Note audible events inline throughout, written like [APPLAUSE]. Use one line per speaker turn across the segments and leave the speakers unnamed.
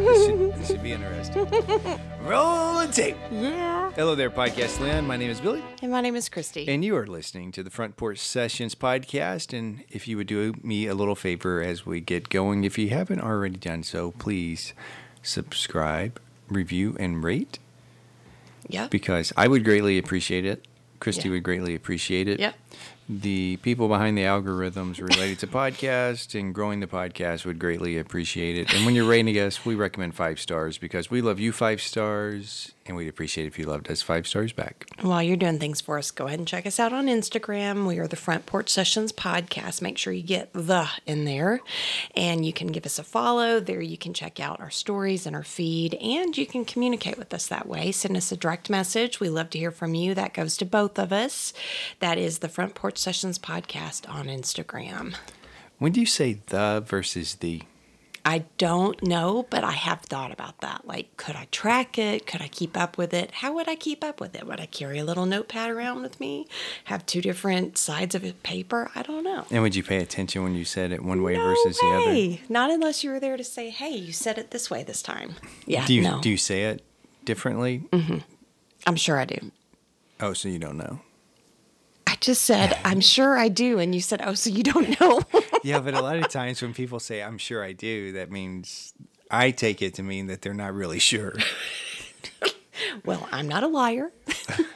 This should be interesting. Roll and tape.
Yeah.
Hello there, Podcast Land. My name is Billy,
And my name is Christy.
and you are listening to the Front Porch Sessions podcast. And if you would do me a little favor as we get going, if you haven't already done so, please subscribe, review, and rate
yep.
because I would greatly appreciate it. Christy
Yeah.
would greatly appreciate it.
Yep.
The people behind the algorithms related
[LAUGHS]
to podcasts and growing the podcast would greatly appreciate it. And when you're rating us, we recommend five stars because we love you five stars and we'd appreciate if you loved us five stars back.
While you're doing things for us, go ahead and check us out on Instagram. We are the Front Porch Sessions podcast. Make sure you get the in there. And you can give us a follow. There you can check out our stories and our feed. And you can communicate with us that way. Send us a direct message. We love to hear from you. That goes to both of us. That is the Front Porch Sessions podcast on Instagram.
When do you say the versus the?
I don't know, but I have thought about that. Like, could I track it? Could I keep up with it? How would I keep up with it? Would I carry a little notepad around with me? Have two different sides of a paper? I don't know.
And would you pay attention when you said it one way
No
versus the
way. Not unless you were there to say, "Hey, you said it this way this time." Yeah,
other? Do you
no. Mm.
do you say it differently?
I'm sure I do.
Oh, so you don't know.
I just said, "I'm sure I do," and you said, "Oh, so you don't [LAUGHS] know?"
yeah, but a lot of times when people say "I'm sure I do," that means I take it to mean that they're not really sure.
well, I'm not a liar. [LAUGHS]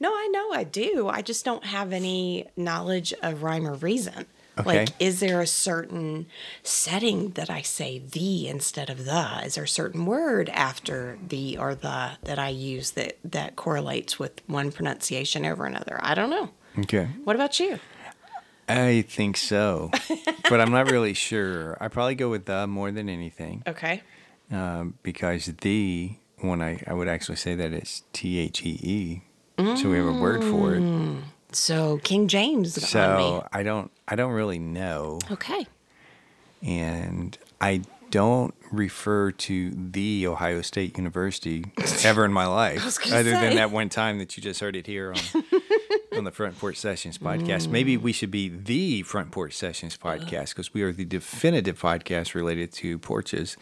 no, I know I do. I just don't have any knowledge of rhyme or reason. Like,
Okay.
is there a certain setting that I say the instead of the? Is there a certain word after the or the that I use that that correlates with one pronunciation over another? I don't know.
Okay,
What about you?
I think so, but I'm not really sure. I probably go with "the" more than anything
Okay.
um, because "the" when I I would actually say that it's T H E E, so we have a word for it.
So King James on me.
So I don't I don't really know,
Okay.
and I don't refer to the Ohio State University ever in
[LAUGHS]
my life,
was gonna
other than
say.
that one time that you just heard it here on [LAUGHS] on the Front Porch Sessions podcast.
Mm.
Maybe we should be the Front Porch Sessions podcast because we are the definitive podcast related to porches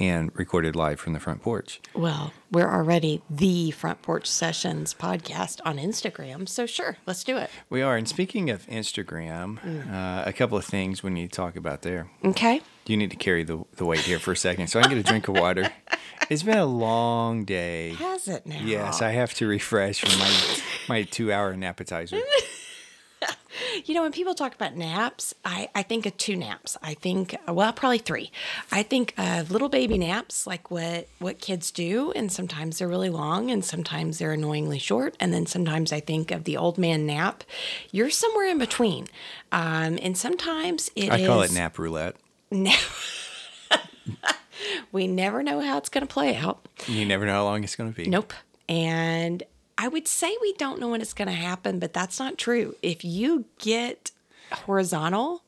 and recorded live from the front porch.
Well, we're already the Front Porch Sessions podcast on Instagram. So sure, let's do it.
We are. And speaking of Instagram,
Mm.
uh, a couple of things we need to talk about there.
Okay.
You need to carry the, the weight here for a second so I can get a drink of
[LAUGHS]
water. It's been a long day.
Has it now?
Yes, I have to refresh from my my two hour
[LAUGHS]
appetizer.
You know, when people talk about naps, I, I think of two naps. I think, well, probably three. I think of little baby naps, like what, what kids do. And sometimes they're really long and sometimes they're annoyingly short. And then sometimes I think of the old man nap. You're somewhere in between. Um, and sometimes it
I call it
is-
nap roulette.
We never know how it's going to play out.
You never know how long it's going to be.
Nope. And I would say we don't know when it's going to happen, but that's not true. If you get horizontal,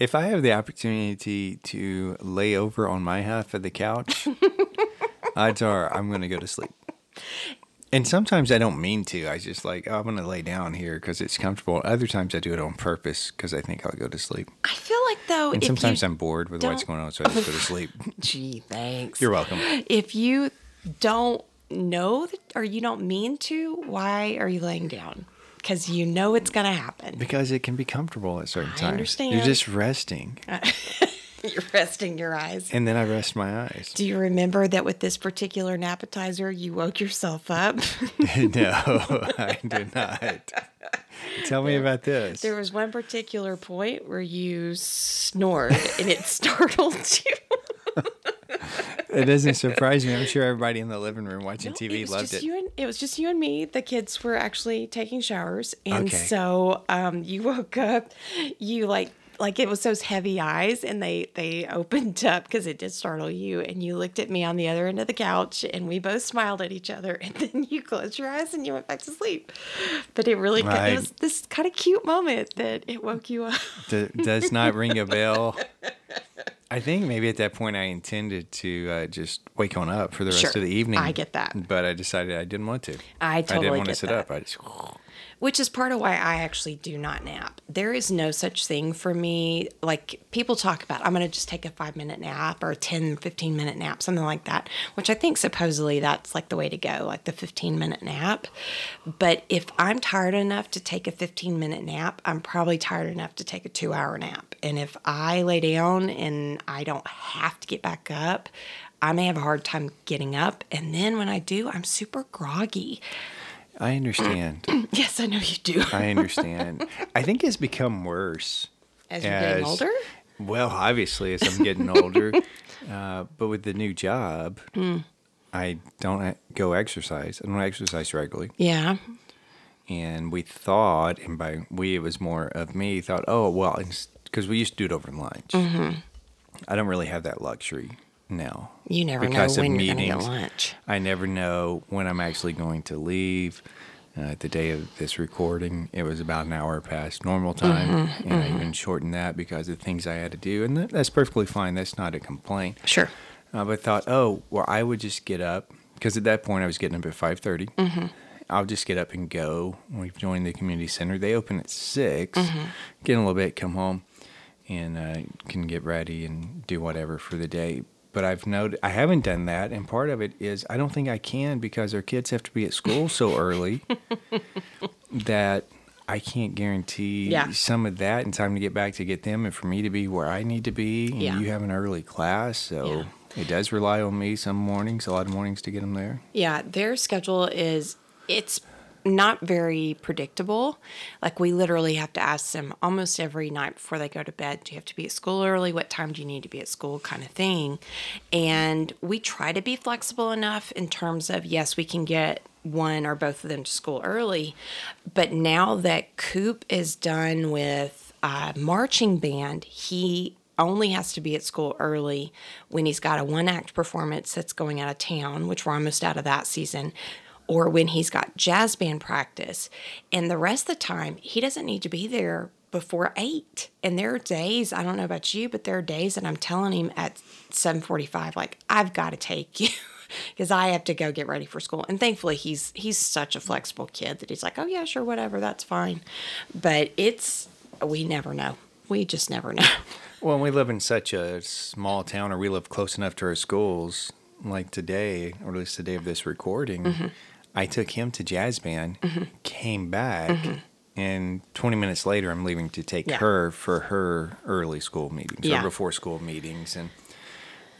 If I have the opportunity to lay over on my half of the
[LAUGHS]
couch, odds are I'm going to go to sleep. And sometimes I don't mean to. I just like, oh, I'm going to lay down here because it's comfortable. Other times I do it on purpose because I think I'll go to sleep.
I feel like though,
And
if
sometimes
you,
I'm bored with what's
don't-
going on, so I just go to
[LAUGHS]
sleep.
gee, thanks.
You're welcome.
If you don't know that, or you don't mean to, why are you laying down? Because you know it's going to
[LAUGHS]
happen. [LAUGHS]
Because it can be comfortable at certain times. You're
understand. Uh.
just resting.
You're resting your eyes.
And then I rest my eyes.
Do you remember that with this particular napatizer, you woke yourself up? [LAUGHS]
[LAUGHS] no, I do not. Tell me about this.
there was one particular point where you snored and it [LAUGHS] startled you.
It doesn't surprise me. I'm sure everybody in the living room watching
it
TV
was
loved it.
just You and, it was just you and me. The kids were actually taking showers, and
Okay.
so um, you [LAUGHS] woke up. You like like it was those heavy eyes, and they they opened up because it did startle you. And you looked at me on the other end of the couch, and we both smiled at each other. [LAUGHS] And then you closed your eyes and you went back to sleep. But it really
Right.
it was this kind of cute moment that it woke you up.
D- does not ring a
[LAUGHS]
bell. I think maybe at that point I intended to uh, just wake on up for the rest
Sure.
of the evening.
I get that.
But I decided I didn't want to.
I
I
totally
didn't want to
get
sit
that.
up. I just
which is part of why I actually do not nap. There is no such thing for me. Like people talk about, I'm going to just take a five minute nap or a 10, 15 minute nap, something like that, which I think supposedly that's like the way to go, like the 15 minute nap. But if I'm tired enough to take a 15 minute nap, I'm probably tired enough to take a two hour nap. And if I lay down and I don't have to get back up, I may have a hard time getting up. And then when I do, I'm super groggy. [LAUGHS]
I understand.
Yes, I know you do.
I understand. I think it's become worse
As you're getting older?
Well, obviously, as I'm getting
[LAUGHS]
older, uh, but with the new job,
Hmm.
I don't e- go exercise. I don't exercise regularly,
Yeah.
and we thought, and by we it was more of me thought, oh well, because we used to do it over lunch.
Mm-hmm.
I don't really have that luxury now.
You never
because
know
of
when you're going to get
meetings.
lunch.
I never know when I'm actually going to leave. Uh, the day of this recording, it was about an hour past normal time, and I even shortened that because of things I had to do, and that, that's perfectly fine. That's not a complaint.
Sure.
Uh, but I thought, oh, well, I would just get up because at that point I was getting up at five
Mm-hmm.
I'll just get up and go. We've joined the community center. They open at 6
Mm-hmm.
Get in a little bit, come home, and uh, can get ready and do whatever for the day. But I've noted I haven't done that, and part of it is I don't think I can because our kids have to be at school so
[LAUGHS]
early that I can't guarantee
Yeah.
some of that and time to get back to get them and for me to be where I need to be. And
Yeah.
you have an early class, so it does rely on me some mornings, a lot of mornings to get them there.
Yeah, their schedule is it's not very predictable. Like we literally have to ask them almost every night before they go to bed, do you have to be at school early? What time do you need to be at school kind of thing. And we try to be flexible enough in terms of yes, we can get one or both of them to school early, but now that Coop is done with uh, marching band, he only has to be at school early when he's got a one act performance that's going out of town, which we're almost out of that season, or when he's got jazz band practice. And the rest of the time, he doesn't need to be there before eight. And there are days, I don't know about you, but there are days that I'm telling him at 745, like, I've got to take you. [LAUGHS] Because I have to go get ready for school, and thankfully he's he's such a flexible kid that he's like, oh yeah, sure, whatever, that's fine. But it's we never know, we just never know.
Well, we live in such a small town, or we live close enough to our schools. Like today, or at least the day of this recording,
Mm-hmm.
I took him to jazz band, came back, and 20 minutes later, I'm leaving to take
Mm-hmm. Yeah.
her for her early school meetings
Yeah.
or before school meetings, and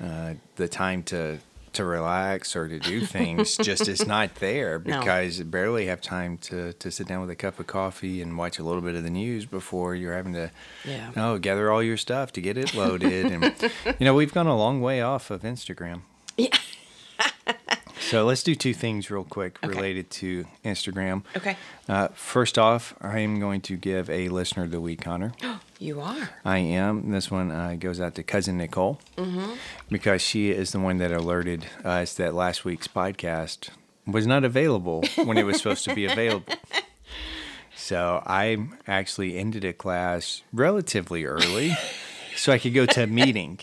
uh, the time to to relax or to do
[LAUGHS]
things just is not there
No.
because you barely have time to to sit down with a cup of coffee and watch a little bit of the news before you're having to
Yeah.
Oh, gather all your stuff to get it loaded. and,
[LAUGHS]
you know, we've gone a long way off of Instagram.
Yeah.
[LAUGHS] so let's do two things real quick
Okay.
related to Instagram.
Okay.
Uh, first off, I am going to give a listener of the week honor.
You are.
I am. This one uh, goes out to cousin Nicole mm-hmm. because she is the one that alerted us that last week's podcast was not available when it was supposed to be
[LAUGHS]
available. So I actually ended a class relatively early so I could go to a meeting.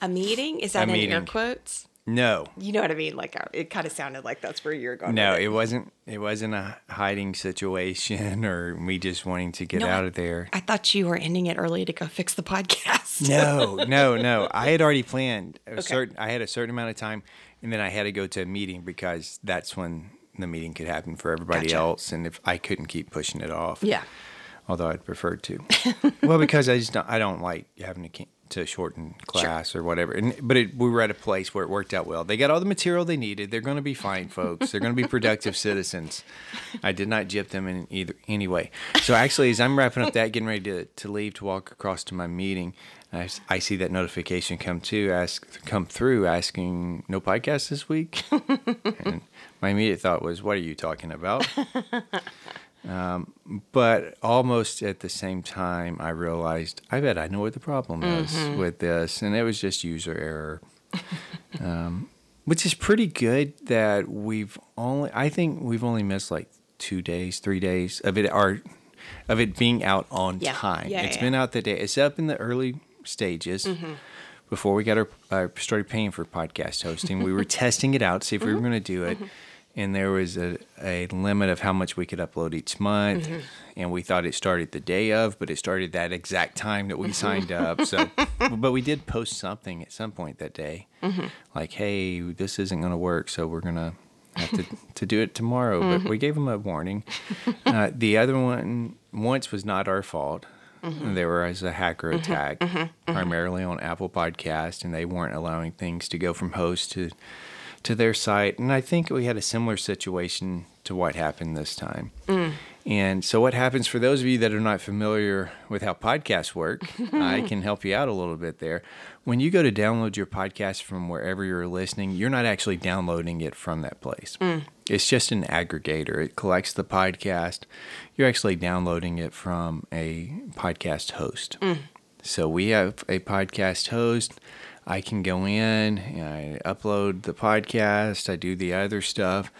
A meeting? Is that in air
meeting.
quotes?
No.
You know what I mean? Like, uh, it kind of sounded like that's where you're going.
No,
with
it wasn't it wasn't a hiding situation or me just wanting to get
No, I-
out of there.
I thought you were ending it early to go fix the [LAUGHS] podcast.
No, no, no. I had already planned a certain. I had a certain amount of time, and then I had to go to a meeting because that's when the meeting could happen for everybody
Gotcha.
else, and if I couldn't keep pushing it off.
Yeah.
Although I'd prefer to. well, because I just don't. I don't like having to ca- to shorten class or whatever. And but it, we were at a place where it worked out well. They got all the material they needed. They're going to be fine, folks. They're going to be productive citizens. I did not jip them in either anyway. So actually, as I'm wrapping up that, getting ready to, to leave to walk across to my meeting, I, s- I see that notification come to ask come through asking no podcast this week. and my immediate thought was, what are you talking about? but almost at the same time, I realized I bet I know what the problem is
Mm-hmm.
with this, and it was just user error, [LAUGHS] um, which is pretty good that we've only. I think we've only missed like two days, three days of it. Our of it being out on
Yeah.
time. It's
Yeah, yeah,
been out the day. It's up in the early stages. Before we got our uh, started paying for podcast hosting, we were testing it out, see if we were going to do it. and there was a, a limit of how much we could upload each month. And we thought it started the day of, but it started that exact time that we signed up. So, but we did post something at some point that day, like, "Hey, this isn't going to work, so we're gonna have to, to do it tomorrow." But we gave them a warning. Uh, the other one once was not our fault. There was a hacker attack, primarily on Apple Podcast, and they weren't allowing things to go from host to to their site. And I think we had a similar situation to what happened this time. And so, what happens for those of you that are not familiar with how podcasts work, I can help you out a little bit there. When you go to download your podcast from wherever you're listening, you're not actually downloading it from that place. It's just an aggregator, it collects the podcast. You're actually downloading it from a podcast host. So we have a podcast host. I can go in, and I upload the podcast, I do the other stuff,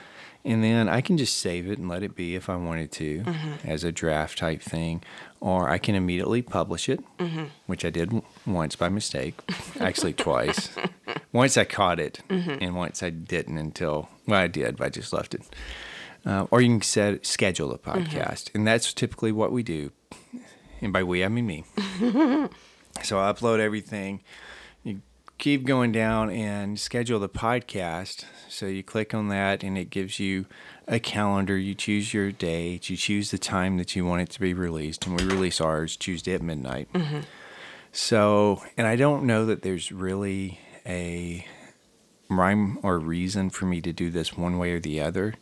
and then I can just save it and let it be if I wanted to as a draft type thing, or I can immediately publish it, which I did w- once by mistake, actually twice. Once I caught it, and once I didn't until, well, I did, but I just left it. Uh, or you can set, schedule a podcast, and that's typically what we do. And by we, I mean me. So I upload everything. You keep going down and schedule the podcast. So you click on that and it gives you a calendar. You choose your date, you choose the time that you want it to be released. And we release ours Tuesday at midnight. So, and I don't know that there's really a rhyme or reason for me to do this one way or the other.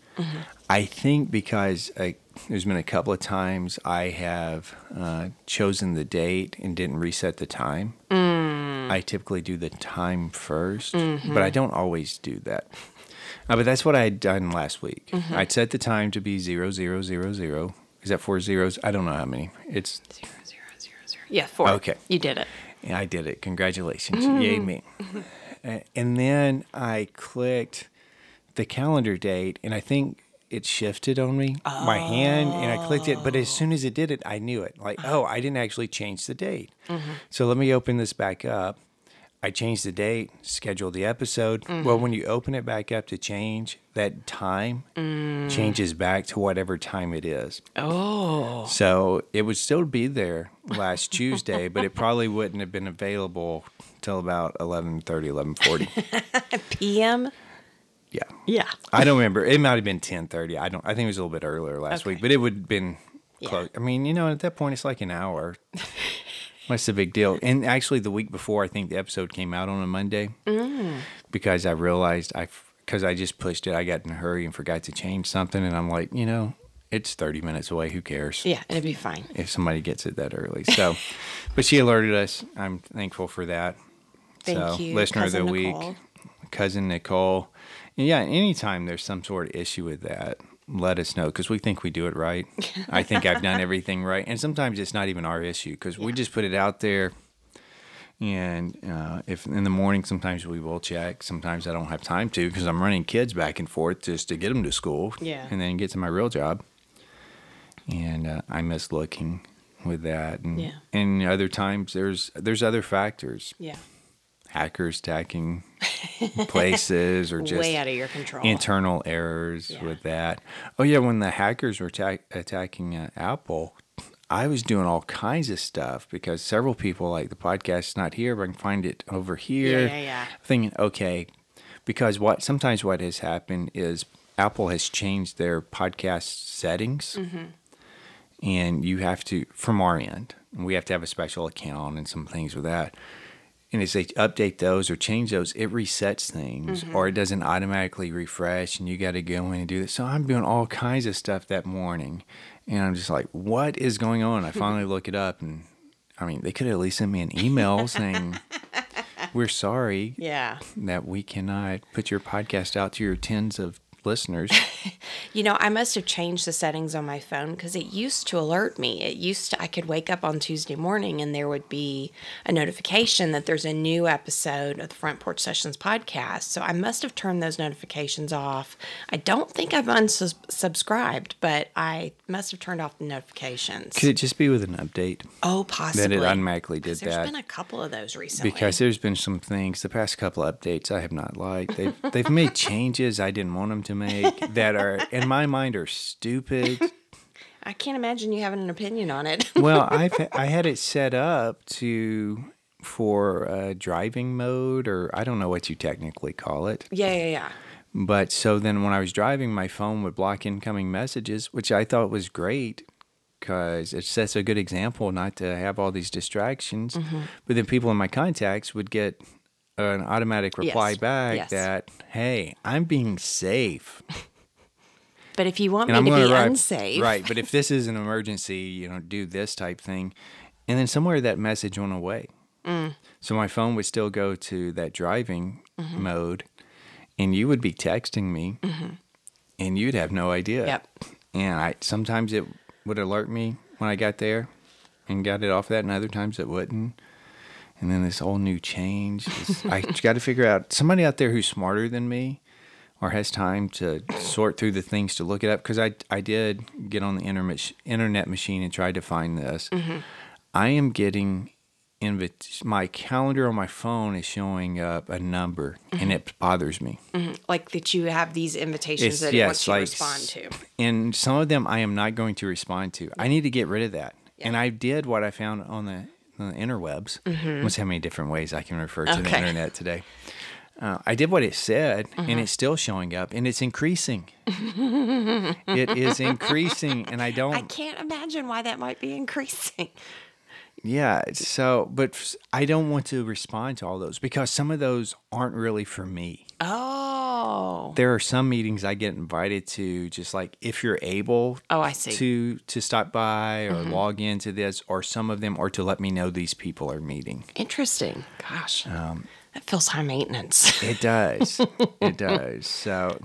I think because I, there's been a couple of times I have uh, chosen the date and didn't reset the time. I typically do the time 1st but I don't always do that. Uh, but that's what I had done last week. I'd set the time to be zero zero zero zero. Is that four zeros? I don't know how many. It's
Zero, zero, zero, zero. Yeah, four.
Okay.
You did it.
and I did it. Congratulations. Yay, me. A- And then I clicked the calendar date, and I think it shifted on me, my hand, and I clicked it. But as soon as it did it, I knew it. Like, oh, I didn't actually change the date. So let me open this back up. I changed the date, scheduled the episode. Well, when you open it back up to change, that time changes back to whatever time it is.
Oh.
So it would still be there last Tuesday, but it probably wouldn't have been available till about 11.30,
[LAUGHS]
11.40.
PM?
Yeah.
Yeah.
I don't remember. It might have been 10.30. I don't, I think it was a little bit earlier last
Okay.
week, but it would have been
Yeah.
close. I mean, you know, at that point, it's like an
[LAUGHS]
hour. What's the big deal? And actually, the week before, I think the episode came out on a Monday
Mm.
because I realized I, because I just pushed it. I got in a hurry and forgot to change something. And I'm like, you know, it's 30 minutes away. Who cares?
Yeah, it'd be fine.
if somebody gets it that early.
[LAUGHS]
So, but she alerted us. I'm thankful for that.
Thank
so,
you,
listener
Cousin
of the
Nicole.
week, cousin Nicole. And yeah, anytime there's some sort of issue with that, let us know because we think we do it
[LAUGHS]
right. I think I've done everything right, and sometimes it's not even our issue because we just put it out there. And uh, if in the morning, sometimes we will check. Sometimes I don't have time to because I'm running kids back and forth just to get them to school.
Yeah.
And then get to my real job. And uh, I miss looking with that. And,
Yeah.
and other times there's there's other factors,
Yeah.
hackers
[LAUGHS]
attacking places or just
Way out of your control.
internal errors
Yeah.
with that. Oh yeah, when the hackers were attack- attacking uh, Apple, I was doing all kinds of stuff because several people like the podcast's not here, but I can find it over here.
yeah, yeah.
Thinking, okay, because what sometimes what has happened is Apple has changed their podcast settings,
Mm-hmm.
and you have to from our end, we have to have a special account and some things with that and as they update those or change those, it resets things or
Mm-hmm.
it doesn't automatically refresh and you got to go in and do this. So I'm doing all kinds of stuff that morning and I'm just like, what is going on? I
[LAUGHS]
finally look it up and I mean, they could at least send me an email saying,
[LAUGHS]
we're sorry
yeah.
that we cannot put your podcast out to your tens of
[LAUGHS]
listeners.
You know, I must have changed the settings on my phone because it used to alert me. It used to, I could wake up on Tuesday morning and there would be a notification that there's a new episode of the Front Porch Sessions podcast. So I must have turned those notifications off. I don't think I've unsubscribed, but I must have turned off the notifications.
could it just be with an update
oh,
that
possibly.
it automatically did
There's
that?
been a couple of those recently.
because [LAUGHS] there's been some things the past couple updates I have not liked. They've they've made changes I didn't want them to make that are, in my mind, are stupid.
I can't imagine you having an opinion
[LAUGHS]
on it.
Well, I've I had it set up to for uh, driving mode, or I don't know what you technically call it.
yeah, yeah, yeah.
But so then when I was driving, my phone would block incoming messages, which I thought was great because it sets a good example not to have all these distractions.
Mm-hmm.
But then people in my contacts would get an automatic reply
Yes.
back
Yes.
that, hey, I'm being safe.
But if you want [LAUGHS]
And I'm
me to
going
be
to
unsafe,
Right. But if this is an emergency, you know, do this type thing. And then somewhere that message went away.
Mm.
So my phone would still go to that driving
Mm-hmm.
mode and you would be texting me and you'd have no idea.
Yep.
And I sometimes it would alert me when I got there and got it off that and other times it wouldn't. And then this whole new change. is- I got to figure out somebody out there who's smarter than me or has time to sort through the things to look it up because I I did get on the internet internet machine and tried to find this. I am getting invit- my calendar on my phone is showing up a number and it bothers me.
like that you have these invitations that it wants you to respond to.
And some of them I am not going to respond to. I need to get rid of that. And I did what I found on the, on the interwebs. Let's see how many different ways I can refer to the
Mm-hmm. Okay.
internet today. Uh, I did what it said,
Mm-hmm.
and it's still showing up, and it's increasing. it is increasing, and I don't.
[LAUGHS] I can't imagine why that might be increasing.
Yeah. So, but f- I don't want to respond to all those because some of those aren't really for me.
[LAUGHS] Oh.
there are some meetings I get invited to just like if you're able
Oh, I see. Mm-hmm.
to to stop by or log into this or some of them or to let me know these people are meeting.
Interesting. Gosh. that feels high maintenance. [LAUGHS]
It does. it does. So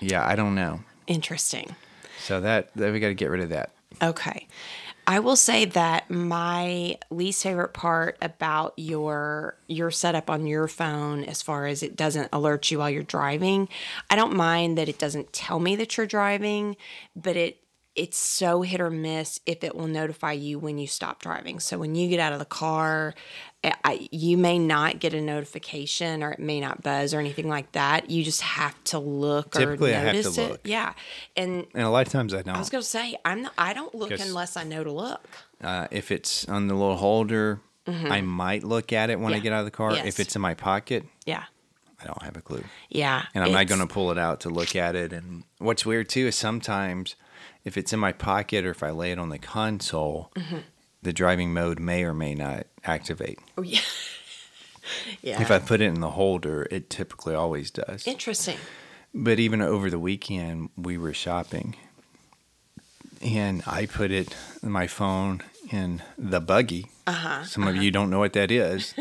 yeah, I don't know.
Interesting.
So that, that we got to get rid of that.
Okay. I will say that my least favorite part about your your setup on your phone as far as it doesn't alert you while you're driving. I don't mind that it doesn't tell me that you're driving, but it it's so hit or miss if it will notify you when you stop driving. So when you get out of the car, I- I, you may not get a notification or it may not buzz or anything like that. You just have to look
Typically,
or
I have to
notice it.
look.
Yeah. And
And a lot of times I don't.
I was gonna say I'm not, I don't look
'Cause-
unless I know to look.
uh, if it's on the little holder, I might look at it when I
Mm-hmm. Yeah.
get out of the car.
Yes.
If it's in my pocket,
Yeah,
I don't have a clue.
yeah.
and I'm not
it's-
going to pull it out to look at it. And what's weird too is sometimes if it's in my pocket or if I lay it on the console, the driving mode may or may not activate.
Oh, yeah, yeah.
If I put it in the holder, it typically always does.
Interesting.
But even over the weekend, we were shopping and I put it my phone in the buggy. Uh-huh, Some of you don't know what that [LAUGHS] is.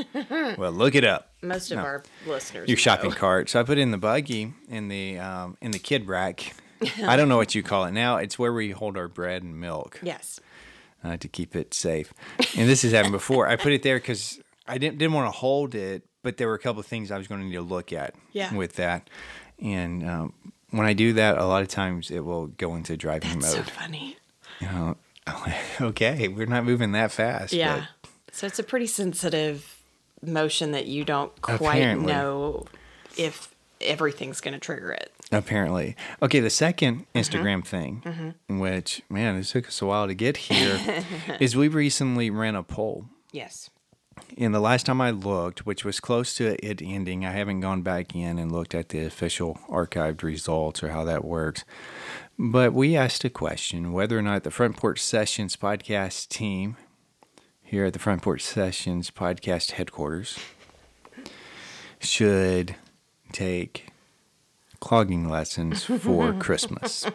well, look it up.
Most of our listeners.
your
know.
shopping cart. So I put it in the buggy in the um, in the kid
[LAUGHS]
rack. I don't know what you call it now. It's where we hold our bread and milk
Yes.
uh, to keep it safe. And this has happened before. I put it there because I didn't didn't want to hold it, but there were a couple of things I was going to need to look at
Yeah.
with that. And um, when I do that, a lot of times it will go into driving
That's so
mode.
funny.
You know, [LAUGHS] okay, we're not moving that fast. but-
Yeah. So it's a pretty sensitive motion that you don't quite
Apparently.
know if everything's gonna trigger it.
Apparently. Okay, the second Instagram thing, which, man, it took us a while to get here, is we recently ran a poll.
Yes.
And the last time I looked, which was close to it ending, I haven't gone back in and looked at the official archived results or how that works. But we asked a question whether or not the Front Porch Sessions podcast team here at the Front Porch Sessions podcast headquarters should take clogging lessons for Christmas.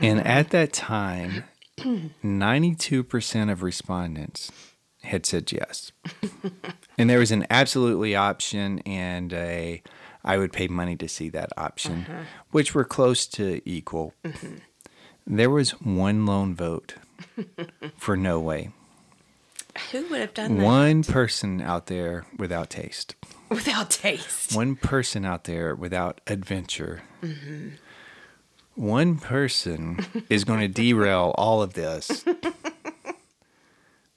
And at that time, 92% of respondents had said yes. [LAUGHS] and there was an absolutely option and a I would pay money to see that option, which were close to equal. There was one lone vote for no way.
Who would have done that
One person out there without taste.
without
[LAUGHS]
taste?
One person out there without adventure. One person is going to derail all of this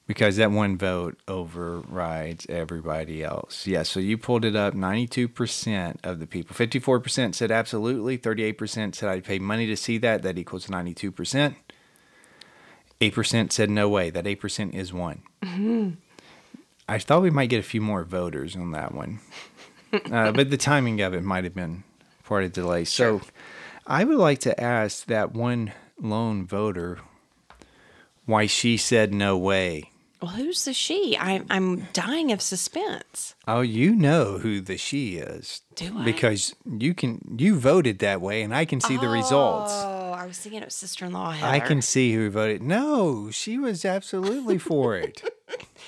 because that one vote overrides everybody else. Yeah, so you pulled it up 92% of the people. 54% said absolutely, 38% said I'd pay money to see that. That equals 92%. 8% said no way. That 8% is one. I thought we might get a few more voters on that one. uh, but the timing of it might have been part of the delay. So I would like to ask that one lone voter why she said no way.
Well, who's the she? I, I'm dying of suspense.
Oh, you know who the she is.
Do I?
Because you can you voted that way and I can see the results.
Oh, I was thinking it was sister-in-law. Heather.
I can see who voted. No, she was absolutely for it.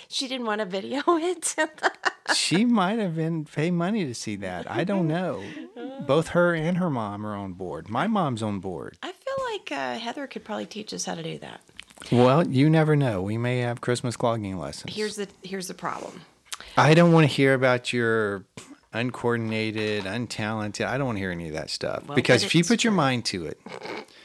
She didn't want to video [LAUGHS] it. [LAUGHS]
she might have been pay money to see that. I don't know. Both her and her mom are on board. My mom's on board.
I feel like uh, Heather could probably teach us how to do that.
Well, you never know. We may have Christmas clogging lessons.
Here's the here's the problem.
I don't want to hear about your uncoordinated, untalented. I don't want to hear any of that stuff
Well,
because
but
if you
it's
put your mind to it,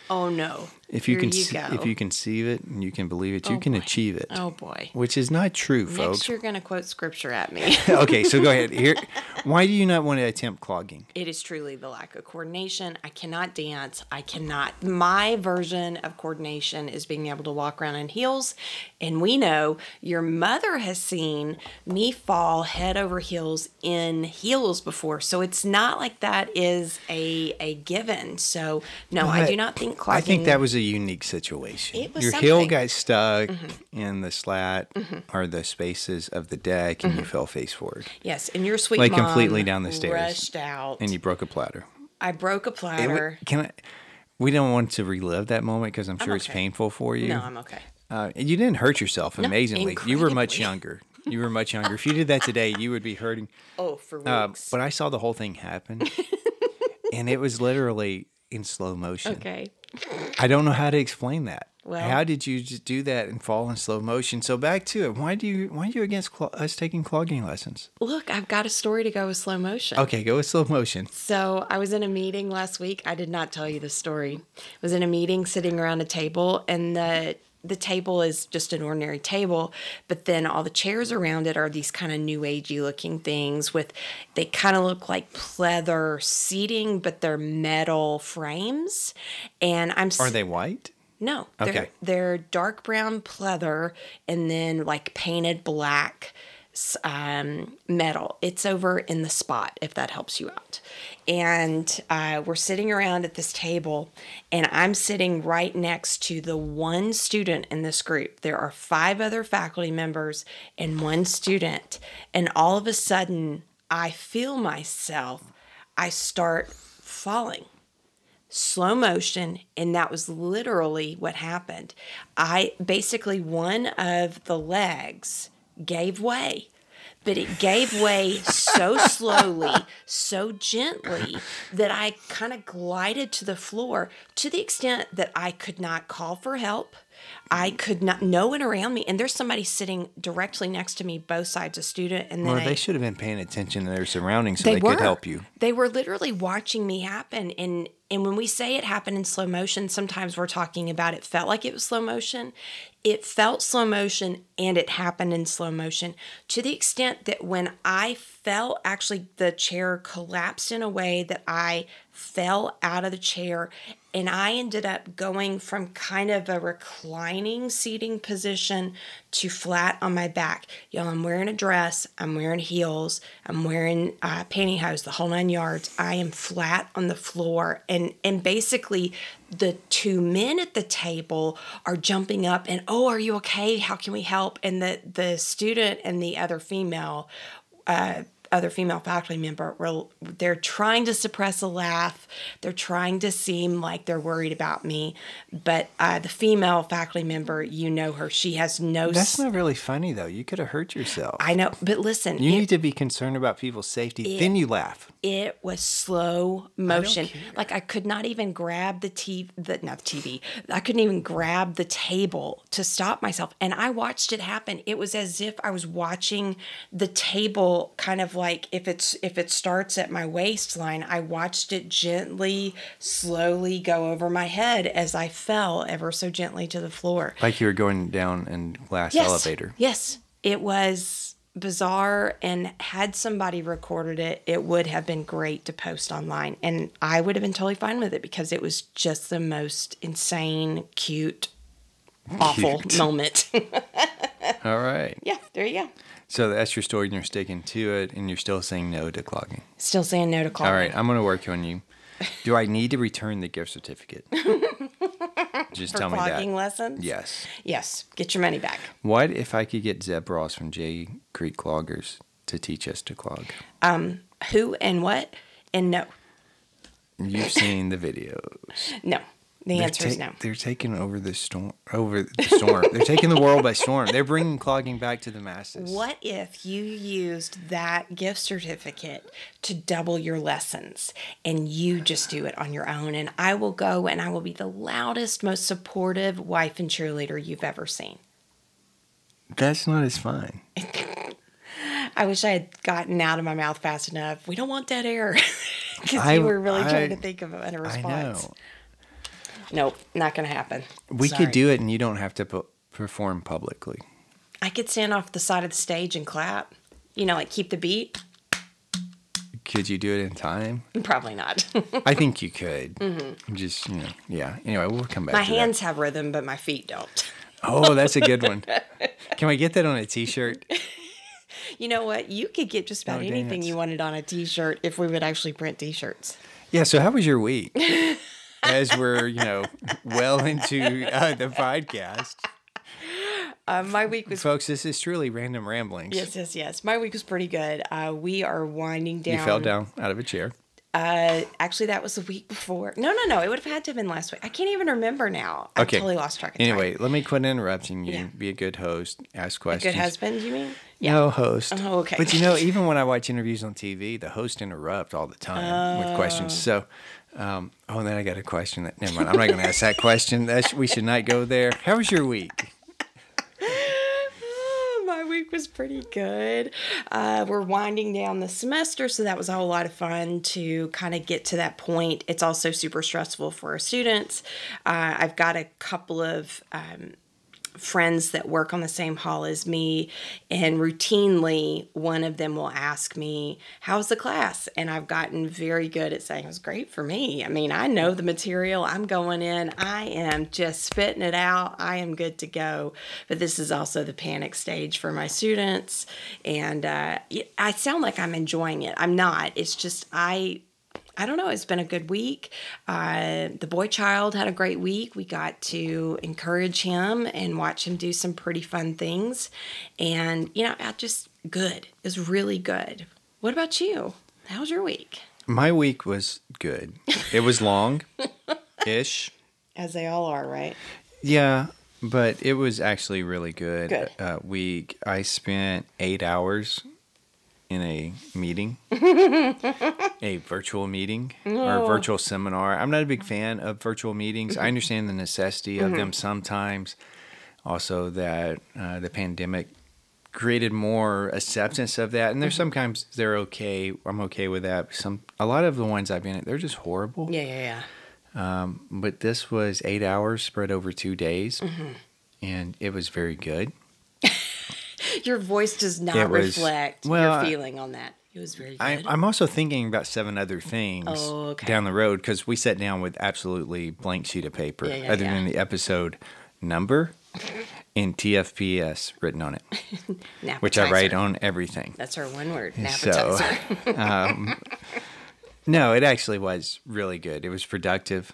Oh no.
if you
Here
can
you
se-
go.
if you conceive it and you can believe it, you
Oh,
can
boy.
achieve it.
Oh boy.
Which is not true,
Next
folks.
you're gonna quote scripture at me.
[LAUGHS] okay, so go ahead. Here, why do you not want to attempt clogging?
it is truly the lack of coordination. I cannot dance. I cannot. My version of coordination is being able to walk around in heels. And we know your mother has seen me fall head over heels in heels before. So it's not like that is a a given. So no, I
But
do not think clogging.
I think that was a unique situation.
It was
Your heel
something. Mm-hmm.
got stuck in the slat or the spaces of the deck, and you
Mm-hmm.
fell face forward,
yes, and your sweet
like
mom
completely down the stairs.
rushed out.
and you broke a platter.
I broke a
It wa-
platter.
can I? We don't want to relive that moment because I'm sure it's
okay.
painful for you.
no, I'm okay.
Uh, and you didn't hurt yourself amazingly. You were much
incredibly.
younger. You were much younger. if you did that today, you would be hurting.
Oh, for
Uh,
weeks.
but I saw the whole thing
[LAUGHS]
happen, and it was literally in slow motion.
okay.
I don't know how to explain that.
Well-
how did you just do that and fall in slow motion? So back to it. Why do you why are you against clo- us taking clogging lessons?
Look, I've got a story to go with slow motion.
Okay, go with slow motion.
So I was in a meeting last week. I did not tell you the story. I was in a meeting sitting around a table and the the table is just an ordinary table, but then all the chairs around it are these kind of new agey looking things with they kind of look like pleather seating, but they're metal frames. And I'm
Are they white?
no. They're,
Okay.
they're dark brown pleather and then like painted black s- um, metal. It's over in the spot, if that helps you out. And uh, we're sitting around at this table, and I'm sitting right next to the one student in this group. There are five other faculty members and one student. And all of a sudden, I feel myself, I start falling slow motion and that was literally what happened i basically one of the legs gave way but it gave way so slowly so gently that i kind of glided to the floor to the extent that i could not call for help i could not no one around me and there's somebody sitting directly next to me both sides a student and then
Well,
I,
they should have been paying attention to their surroundings so they, could help you.
they were literally watching me happen and and when we say it happened in slow motion, sometimes we're talking about it felt like it was slow motion. It felt slow motion and it happened in slow motion to the extent that when I fell, actually the chair collapsed in a way that I fell out of the chair and I ended up going from kind of a reclining seating position to flat on my back. Y'all, I'm wearing a dress, I'm wearing heels, I'm wearing uh, pantyhose, the whole nine yards. I am flat on the floor, and and basically, the two men at the table are jumping up and oh, are you okay? How can we help? And the the student and the other female uh, other female faculty member were they're trying to suppress a laugh they're trying to seem like they're worried about me but uh, the female faculty member you know her she has no
That's
s-
not really funny though. You could have hurt yourself.
i know but listen
you
it,
need to be concerned about people's safety. then you laugh.
it was slow motion
care.
like i could not even grab the tv the not the tv i couldn't even grab the table to stop myself and i watched it happen it was as if i was watching the table kind of like if it's if it starts at my waistline, I watched it gently, slowly go over my head as I fell ever so gently to the floor.
Like you were going down in glass elevator.
Yes. It was bizarre and had somebody recorded it, it would have been great to post online. And I would have been totally fine with it because it was just the most insane,
[LAUGHS]
cute, awful
Cute.
moment. [LAUGHS]
All right.
yeah, there you go.
So that's your story, and you're sticking to it, and you're still saying no to clogging.
Still saying no to call.
All right, I'm gonna work on you. Do I need to return the gift certificate?
[LAUGHS]
Just
For
tell me that.
clogging lessons?
Yes.
Yes. Get your money back.
What if I could get Zeb Ross from J Creek Cloggers to teach us to clog?
Who and what? And no.
You've seen the videos.
No. The
They're
answer is
ta-
no.
They're taking over the storm. Over the storm. they're taking the world by storm. They're bringing clogging back to the masses.
What if you used that gift certificate to double your lessons and you just do it on your own? And I will go and I will be the loudest, most supportive wife and cheerleader you've ever seen.
That's not as fun.
I wish I had gotten out of my mouth fast enough. We don't want dead air [LAUGHS] because
I-
you were really trying
I-
to think of a response.
I know.
Nope, not going to happen.
We
Sorry.
could do it, and you don't have to pu- perform publicly.
I could stand off the side of the stage and clap. You know, like keep the beat.
Could you do it in time? [LAUGHS]
Probably not. [LAUGHS]
I think you could. Just you know, yeah. Anyway, we'll come back.
Mm-hmm. my
to
hands have rhythm, but my feet don't.
That. Oh, that's a good
[LAUGHS]
one. Can we get that on a T-shirt?
You know what? You could get just about
Oh, dang
anything
it.
you wanted on a T-shirt if we would actually print T-shirts.
Yeah. So, how was your
[LAUGHS]
week? As we're you know well into uh, the podcast,
Uh, my week was
folks, this is truly random ramblings.
[LAUGHS] yes, yes, yes. My week was pretty good. Uh, we are winding
You
down.
fell down out of a chair.
Uh, actually, that was the week before. No, no, no. It would have had to have been last week. I can't even remember now. I
Okay.
totally lost track of time.
Anyway, let me quit interrupting you.
Yeah.
Be a good host. Ask questions.
good husband, you mean?
No host.
Oh, okay.
But you know, even when I watch interviews on TV, the host interrupt all the time with questions. So, um, oh, and then I got a question that. Never mind. I'm not going to ask that question. That's we should not go there. How was your week?
Oh, [SIGHS] My week was pretty good. Uh, we're winding down the semester, so that was a whole lot of fun to kind of get to that point. It's also super stressful for our students. Uh, I've got a couple of um, friends that work on the same hall as me, and routinely one of them will ask me, How's the class? And I've gotten very good at saying, It was great for me. I mean, I know the material, I'm going in, I am just spitting it out, I am good to go. But this is also the panic stage for my students, and uh, y- I sound like I'm enjoying it. I'm not, it's just I I don't know. It's been a good week. Uh, the boy child had a great week. We got to encourage him and watch him do some pretty fun things. And, you know, I just good. It's really good. What about you? How was your week?
My week was good. It was long, ish.
As they all are, right?
Yeah, but it was actually really good.
Good.
Uh, week. I spent eight hours in a meeting, a virtual meeting or a virtual seminar. I'm not a big fan of virtual meetings. I understand the necessity of them sometimes. Also, that uh, the pandemic created more acceptance of that, and there's sometimes they're okay. I'm okay with that. Some a lot of the ones I've been at, they're just horrible
Yeah, yeah, yeah.
but this was eight hours spread over two days,
Mm-hmm.
and it was very good.
Your voice does not
It was-
reflect
well, I-
your feeling on that. It was very good.
I, I'm also thinking about seven other things
Oh, okay.
down the road because we sat down with absolutely blank sheet of paper,
Yeah, yeah,
other
yeah.
than the episode
[LAUGHS]
number and TFPS written on it,
An
which I write
appetizer.
on everything.
That's our one word. an
[LAUGHS] So,
appetizer.
um, no, it actually was really good. It was productive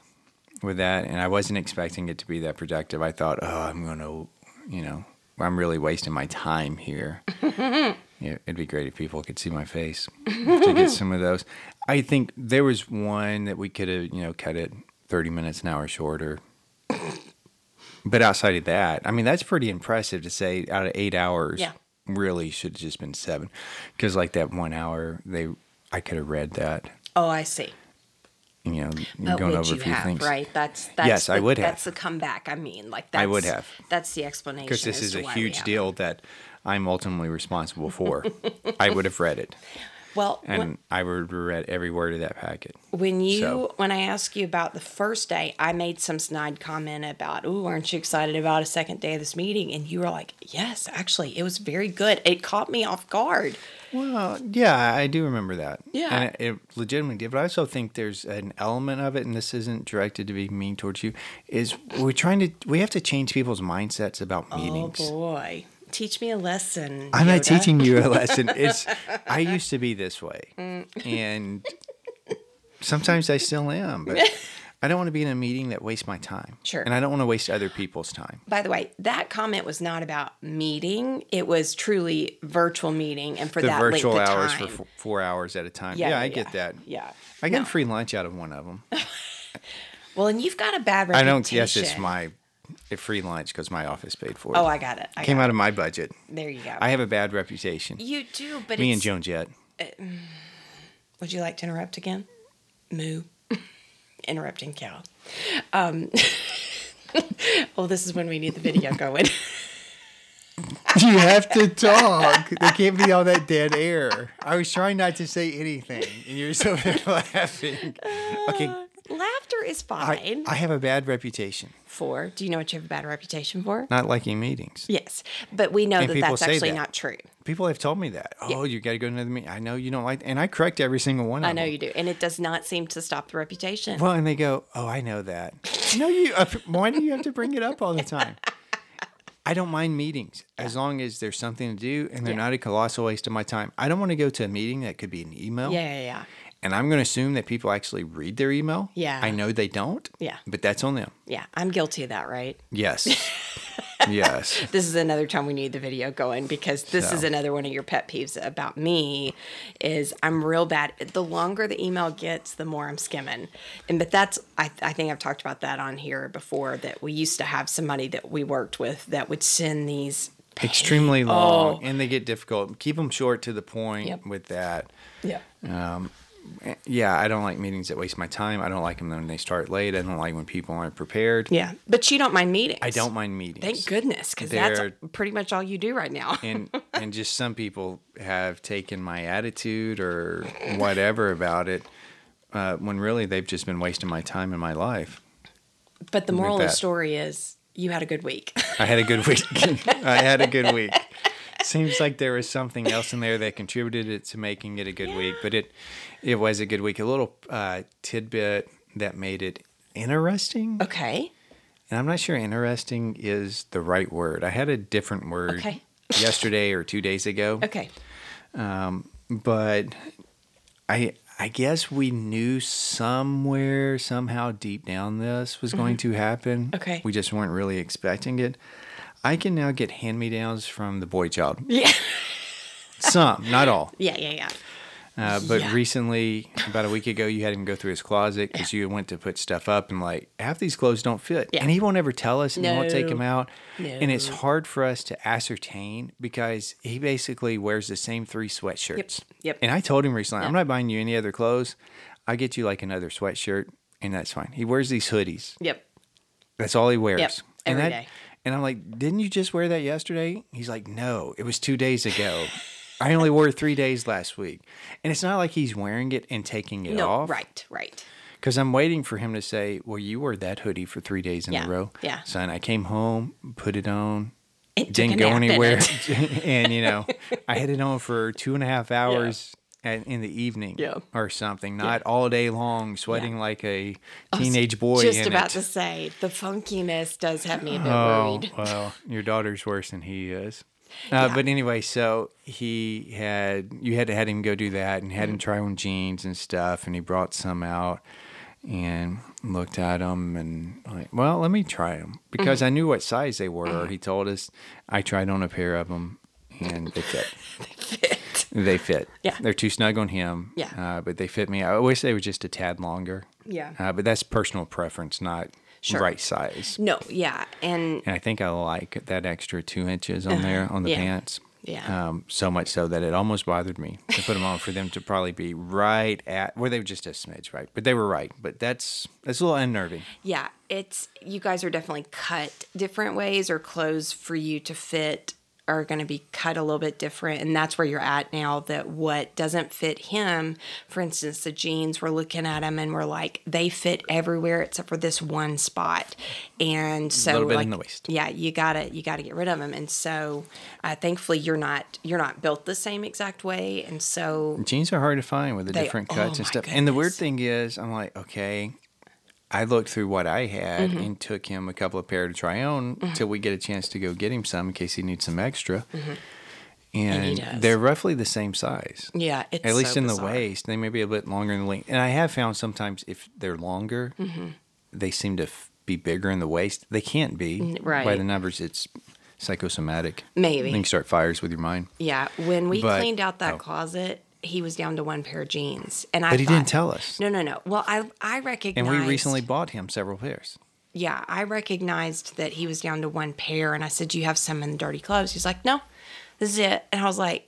with that, and I wasn't expecting it to be that productive. I thought, oh, I'm going to, you know, I'm really wasting my time here. yeah, it'd be great if people could see my face to get some of those. I think there was one that we could have, you know, cut it 30 minutes an hour shorter. But outside of that, I mean, that's pretty impressive to say out of eight hours,
Yeah.
really should have just been seven. Because, like, that one hour, they I could have read that,
Oh, I see.
you know, and
But
going
would
over
Uh, you
a few
have,
things.
Right. That's that's
Yes, I
the-
would have.
That's the comeback. I mean, like that's
I would have.
That's the explanation.
Because this
as
is
to
a
why we
huge
have it. [LAUGHS]
deal that I'm ultimately responsible for. I would have read it.
Well,
and
when,
I would regret every word of that packet.
when you
so-
when I asked you about the first day, I made some snide comment about, "Ooh, aren't you excited about a second day of this meeting?" And you were like, "Yes, actually, it was very good. It caught me off guard."
Well, yeah, I do remember that.
Yeah.
And it legitimately did. But I also think there's an element of it, and this isn't directed to be mean towards you, is we're trying to, we have to change people's mindsets about meetings.
Oh boy, teach me a lesson.
I'm not
Yoda.
teaching you
[LAUGHS]
a lesson. It's, I used to be this way. And sometimes I still am,
[LAUGHS]
but I don't want to be in a meeting that wastes my time.
Sure.
And I don't want to waste other people's time.
By the way, that comment was not about meeting. It was truly virtual meeting, and for
The
that
virtual
length of
hours
time,
for f- four hours at a time.
Yeah,
Yeah,
yeah,
I get
yeah.
that.
Yeah.
I get
No.
free lunch out of one of
[LAUGHS]
them.
Well, and you've got a bad
I
reputation.
don't guess it's my a free lunch because my office paid for it.
Oh, I got it. I
came
got
out of my budget.
it. There you go.
I have a bad reputation.
you do, but
Me
it's,
and Joan Jett.
Would you like to interrupt again? [LAUGHS] Moo. Interrupting cow. Um, [LAUGHS] well, this is when we need the video going. [LAUGHS]
you have to talk. They can't be all that dead air. I was trying not to say anything, and you're so [LAUGHS] laughing. Okay,
Laughter is
I,
fine.
I have a bad reputation,
for do you know what you have a bad reputation for?
not liking meetings.
Yes, but we know that
people
that's
say
actually
that.
not true.
People have told me that. Oh, you got to go to another meeting. I know you don't like, and I correct every single one. Of
I know
them.
you do, and it does not seem to stop the reputation.
Well, and they go, "Oh, I know that." no, you. Uh, why do you have to bring it up all the time? I don't mind
[LAUGHS]
meetings as long as there's something to do and they're
Yeah.
not a colossal waste of my time. I don't want to go to a meeting that could be an email.
yeah, yeah, yeah.
And I'm going to assume that people actually read their email.
Yeah.
I know they don't.
Yeah.
But that's on them.
Yeah, I'm guilty of that, right?
Yes.
[LAUGHS]
yes.
This is another time we need the video going because this is
So.
another one of your pet peeves about me is I'm real bad. The longer the email gets, the more I'm skimming. And but that's I, I think I've talked about that on here before that we used to have somebody that we worked with that would send these
Extremely long and they get difficult. Keep them short to the point
Oh. Yep.
with that.
Yeah.
Yeah, I don't like meetings that waste my time. I don't like them when they start late. I don't like when people aren't prepared.
Yeah. But you don't mind meetings.
I don't mind meetings.
Thank goodness, because that's
They're-
pretty much all you do right now. [LAUGHS]
and and just some people have taken my attitude or whatever about it uh, when really they've just been wasting my time and my life
But the moral of the
that.
story is you had a good week.
i had a good week [LAUGHS] i had a good week seems like there was something else in there that contributed it to making it a good week but it it was a good week a little uh, tidbit that made it interesting
okay.
and i'm not sure interesting is the right word i had a different word
Okay.
yesterday or two days ago
Okay.
but I I guess we knew somewhere somehow deep down this was going to happen.
Okay.
we just weren't really expecting it. I can now get hand me downs from the boy child.
[LAUGHS] Yeah.
Some, not all.
Yeah. Yeah. Yeah.
Uh, but
Yeah.
recently, about a week ago, you had him go through his closet because you went to put stuff up and like half these clothes don't fit.
Yeah.
And he won't ever tell us and he won't take
No.
them out. And it's hard for us to ascertain because he basically wears the same three sweatshirts.
Yep.
And I told him recently, I'm not buying you any other clothes. I get you like another sweatshirt and that's fine. He wears these hoodies.
Yep.
That's all he wears. and
every
that,
day.
And I'm like, didn't you just wear that yesterday? He's like, no, it was two days ago. I only wore it three days last week. And it's not like he's wearing it and taking it
No.
off.
Right. Right.
Because I'm waiting for him to say, well, you wore that hoodie for three days in
Yeah,
a row.
yeah.
Son, I came home, put it on.
It took a
didn't go
nap in
anywhere. [LAUGHS]
it.
and, you know, I had it on for two and a half hours. At, in the evening,
Yeah.
or something, not all day long, sweating like a teenage boy.
Just
in
about
it. Oh.
to say the funkiness does have me a bit worried. [LAUGHS]
well, your daughter's worse than he is. Uh, But anyway, so he had you had to had him go do that and
Mm-hmm.
had him try on jeans and stuff, and he brought some out and looked at them and like, well, let me try them because
Mm-hmm.
I knew what size they were. He told us I tried on a pair of them and they fit. They fit.
[LAUGHS] Yeah.
they're too snug on him.
Yeah.
uh, but they fit me. I wish they were just a tad longer.
Yeah.
uh, but that's personal preference, not
Sure.
right size.
No. Yeah. And
And I think I like that extra two inches on there on the
Uh-huh. Yeah.
pants.
Yeah.
Um, so much so that it almost bothered me to put them on for them to probably be right at well, they were just a smidge right, but they were right. But that's that's a little unnerving.
yeah, it's you guys are definitely cut different ways or clothes for you to fit are going to be cut a little bit different and that's where you're at now that what doesn't fit him for instance the jeans we're looking at them and we're like they fit everywhere except for this one spot and so
Little bit
like
in the waist.
yeah you gotta you gotta get rid of them and so uh, thankfully you're not you're not built the same exact way and so
Jeans are hard to find with the
They-
different
oh
cuts
my
and stuff. And the weird
goodness.
thing is, I'm like, okay, I looked through what I had
Mm-hmm.
and took him a couple of pair to try on till we get a chance to go get him some in case he needs some extra.
Mm-hmm. he
And,
does.
they're roughly the same size.
yeah it's
At least
so
in the
bizarre.
waist, they may be a bit longer in the length. And I have found sometimes if they're longer,
Mm-hmm.
they seem to f- be bigger in the waist. They can't be by
right.
the numbers. It's psychosomatic.
Maybe.
you can start fires with your mind.
Yeah, when we
But-
cleaned out that
oh.
closet, he was down to one pair of jeans, and I.
But he didn't tell
thought-
us.
No, no, no. Well, I I recognized.
And we recently bought him several pairs.
Yeah, I recognized that he was down to one pair, and I said, "Do you have some in the dirty clothes?" He's like, "No, this is it." And I was like,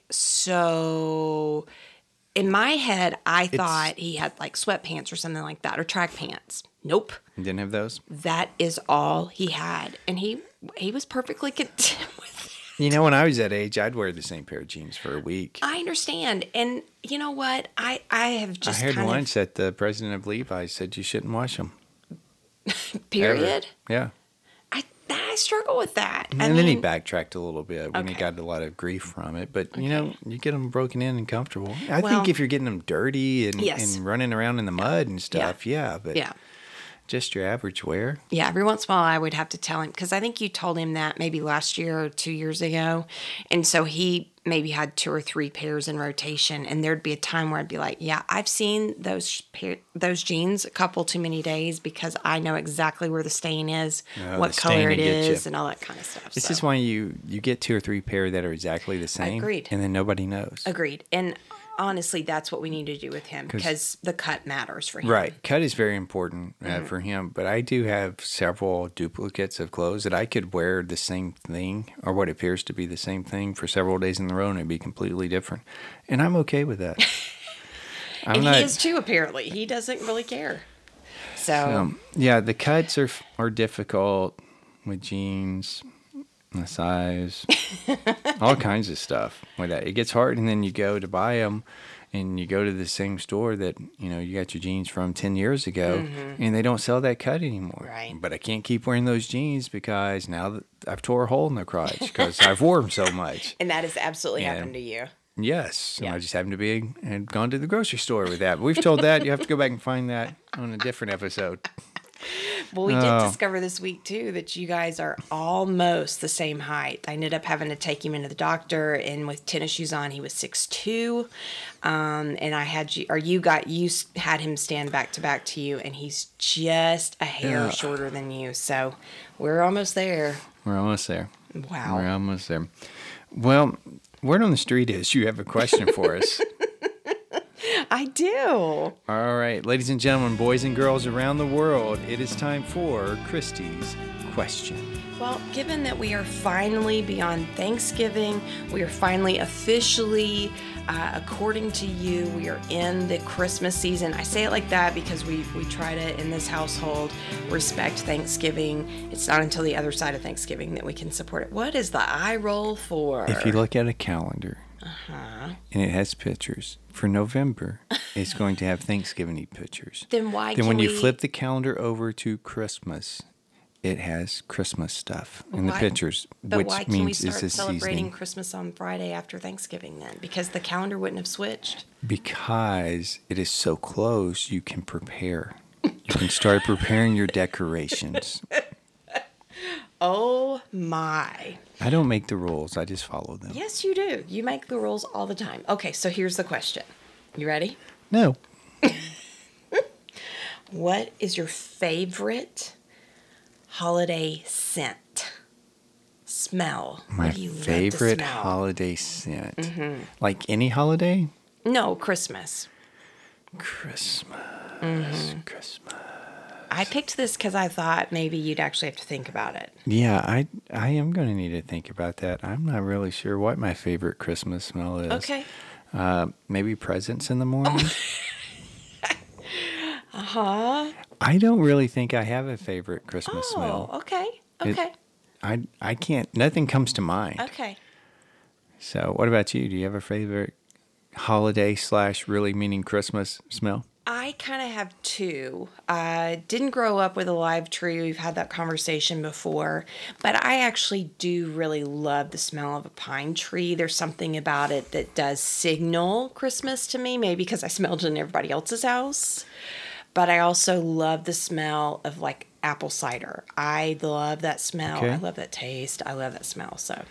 "So." In my head, I thought he had like sweatpants or something like that, or track pants. Nope,
You didn't have those?
that is all he had, and he he was perfectly content [LAUGHS] with it.
You know, when I was that age, I'd wear the same pair of jeans for a week.
I understand, and you know what? I I have
I
just
heard
kind
once that the president of Levi's said you shouldn't wash them.
of period.
Yeah.
I, that, I struggle with that. I
and then he
mean,
backtracked a little bit when he
Okay.
got a lot of grief from it. But you know, you get them broken in and comfortable. I
Well-
think if you're getting them dirty and,
Yes.
and running around in the mud and stuff, yeah. But
yeah,
just your average wear.
yeah. Every once in a while, I would have to tell him because I think you told him that maybe last year or two years ago, and so he maybe had two or three pairs in rotation, and there'd be a time where I'd be like, "Yeah, I've seen those pair, those jeans a couple too many days because I know exactly where the stain is,
Oh,
what
the stain
color
will
it
get you.
is, and all that kind of stuff."
This
so.
is why you you get two or three pair that are exactly the same,
Agreed.
and then nobody knows.
agreed, and honestly, that's what we need to do with him because the cut matters for him.
Right. Cut is very important uh,
Mm-hmm.
for him, but I do have several duplicates of clothes that I could wear the same thing or what appears to be the same thing for several days in a row and it'd be completely different. And I'm okay with
[LAUGHS]
that. I'm
and
not.
he is too. Apparently, he doesn't really care. So,
um, yeah, the cuts are, are difficult with jeans, the
[LAUGHS]
size, all kinds of stuff with that. It gets hard, and then you go to buy them. And you go to the same store that you know you got your jeans from ten years ago, and they don't sell that cut anymore.
Mm-hmm. Right.
But I can't keep wearing those jeans because now that I've tore a hole in the crotch because I've worn them so much.
and that has absolutely
Yeah.
happened to you.
Yes, and
Yeah.
I just happened to be had gone to the grocery store with that. But we've told that you have to go back and find that on a different episode.
Well, we did
Oh.
discover this week too that you guys are almost the same height. I ended up having to take him into the doctor, and with tennis shoes on, he was six two. Um, and I had you, or you got you s- had him stand back to back to you, and he's just a hair
Yeah.
shorter than you. So we're almost there.
We're almost there.
Wow.
We're almost there. Well, word on the street is you have a question [LAUGHS] for us.
I do.
All right, ladies and gentlemen, boys and girls around the world, it is time for Christie's question.
Well, given that we are finally beyond Thanksgiving, we are finally officially, uh, according to you, we are in the Christmas season. I say it like that because we, we try to, in this household, respect Thanksgiving. It's not until the other side of Thanksgiving that we can support it. What is the eye roll for?
If you look at a calendar and it has pictures, for November, it's going to have Thanksgiving Eve pictures.
then why
then when
can
you
we-
flip the calendar over to Christmas, it has Christmas stuff in
Why-
the pictures,
But
which
why can we
means it's
start
a
celebrating
seasoning.
Christmas on Friday after Thanksgiving then? Because the calendar wouldn't have switched.
Because it is so close, you can prepare. You can start preparing your decorations.
Oh my.
I don't make the rules, I just follow them.
Yes, you do. You make the rules all the time. Okay, so here's the question. You ready?
No.
What is your favorite holiday scent? Smell.
My
What do you love to
favorite
smell? Mm-hmm.
holiday scent. Like any holiday?
No, Christmas.
Christmas.
Mm-hmm.
Christmas.
I picked this because I thought maybe you'd actually have to think about it.
Yeah, I I am going to need to think about that. I'm not really sure what my favorite Christmas smell is.
Okay.
Uh, maybe presents in the morning.
[LAUGHS]
uh huh.
Uh-huh.
I don't really think I have a favorite Christmas
Oh,
smell.
okay.
It-
Okay. Oh.
I I can't. Nothing comes to mind.
okay.
So, what about you? Do you have a favorite holiday slash really meaning Christmas smell?
I kind of have two. I didn't grow up with a live tree. We've had that conversation before, but I actually do really love the smell of a pine tree. There's something about it that does signal Christmas to me, maybe because I smelled it in everybody else's house. But I also love the smell of like apple cider. I love that smell.
Okay.
I love that taste. I love that smell. So,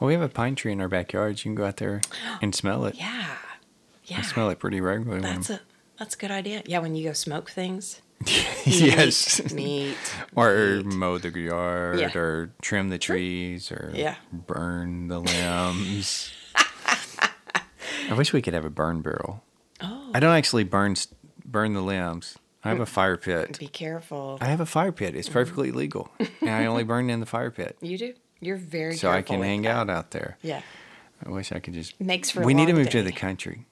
Well, we have a pine tree in our backyard. You can go out
[GASPS]
there and smell it.
yeah. Yeah.
I smell it pretty regularly. when I'm-
That's a that's a good idea. Yeah, when you go smoke things.
[LAUGHS] yes.
Meat. meat.
Or mow the yard
Yeah.
or trim the trees or
Yeah.
burn
[LAUGHS]
the limbs. I wish we could have a burn barrel.
Oh.
I don't actually burn s- burn the limbs. I have a fire
[LAUGHS]
pit.
Be careful.
I have a fire pit.
Mm.
It's perfectly legal. And I
[LAUGHS]
only burn in the fire pit.
You do. You're very
So
careful.
I can
with
hang
that.
out out there.
Yeah.
I wish I could just.
Makes for a
We need to
long
move to
day.
the country,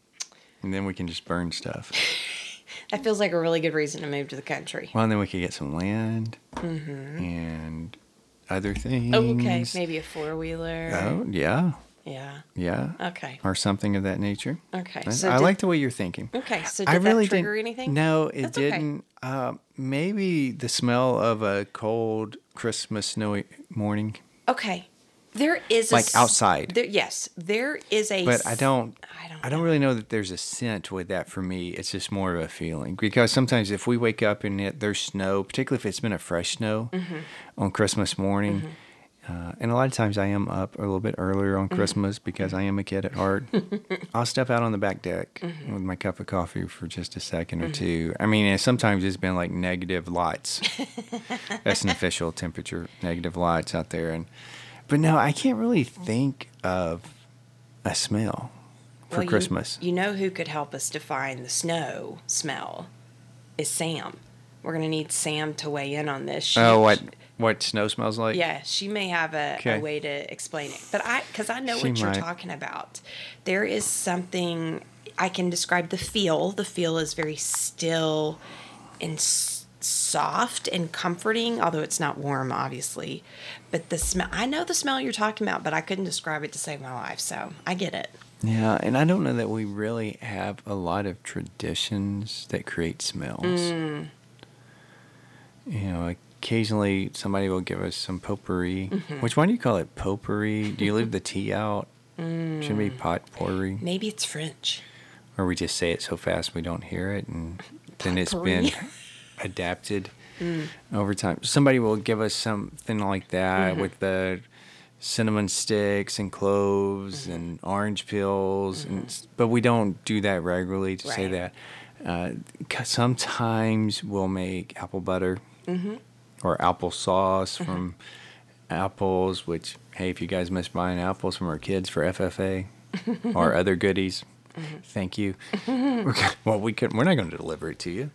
and then we can just burn stuff.
That feels like a really good reason to move to the country.
Well, and then we could get some land and other things.
Mm-hmm. Oh, okay. Maybe a four wheeler.
Oh yeah,
Yeah.
yeah,
Okay.
or something of that nature.
Okay.
I,
So
I
did-
like the way you're thinking.
Okay. So did
I really
that trigger
didn't.
anything?
No, it
That's okay.
didn't. Uh, maybe the smell of a cold Christmas snowy morning,
Okay. There is a
like
s-
outside.
There, yes, there is a.
but I
s-
don't.
I don't
I don't really know that there's a scent with that for me. It's just more of a feeling because sometimes if we wake up and it, there's snow, particularly if it's been a fresh snow
Mm-hmm.
on Christmas morning, uh, and a lot of times I am up a little bit earlier
Mm-hmm.
on Christmas because I am a kid at
[LAUGHS]
heart. I'll step out on the back deck
Mm-hmm.
with my cup of coffee for just a 2nd or two. I mean, and sometimes it's been like negative lights. That's an official temperature, negative lights out there, and but no, I can't really think of a smell for
Well, you-
Christmas.
You, know who could help us define the snow smell? Is Sam. We're gonna need Sam to weigh in on this. She-
oh, what what snow smells like?
Yeah, she may have a,
Okay.
a way to explain it. But I, because I know
She
what you're
might.
talking about. There is something I can describe the feel. The feel is very still and s- soft and comforting, although it's not warm, obviously. But the smell, I know the smell you're talking about, but I couldn't describe it to save my life. So I get it.
Yeah, and I don't know that we really have a lot of traditions that create smells.
Mm.
You know, occasionally somebody will give us some potpourri.
Mm-hmm.
Which why do you call it potpourri? Do you
[LAUGHS]
leave the tea out? Shouldn't
Mm.
it be potpourri,
Maybe it's French.
or we just say it so fast we don't hear it, and then it's been
Potpourri.
adapted over time. Somebody will give us something like that with the cinnamon sticks and cloves and orange peels, and s but we don't do that regularly to say
Right.
that. Uh, 'cause sometimes we'll make apple butter or apple sauce from apples. Which hey, if you guys miss buying apples from our kids for FFA
[LAUGHS]
or other goodies.
Mm-hmm.
Thank you. well, we could. We're not going to deliver it to you,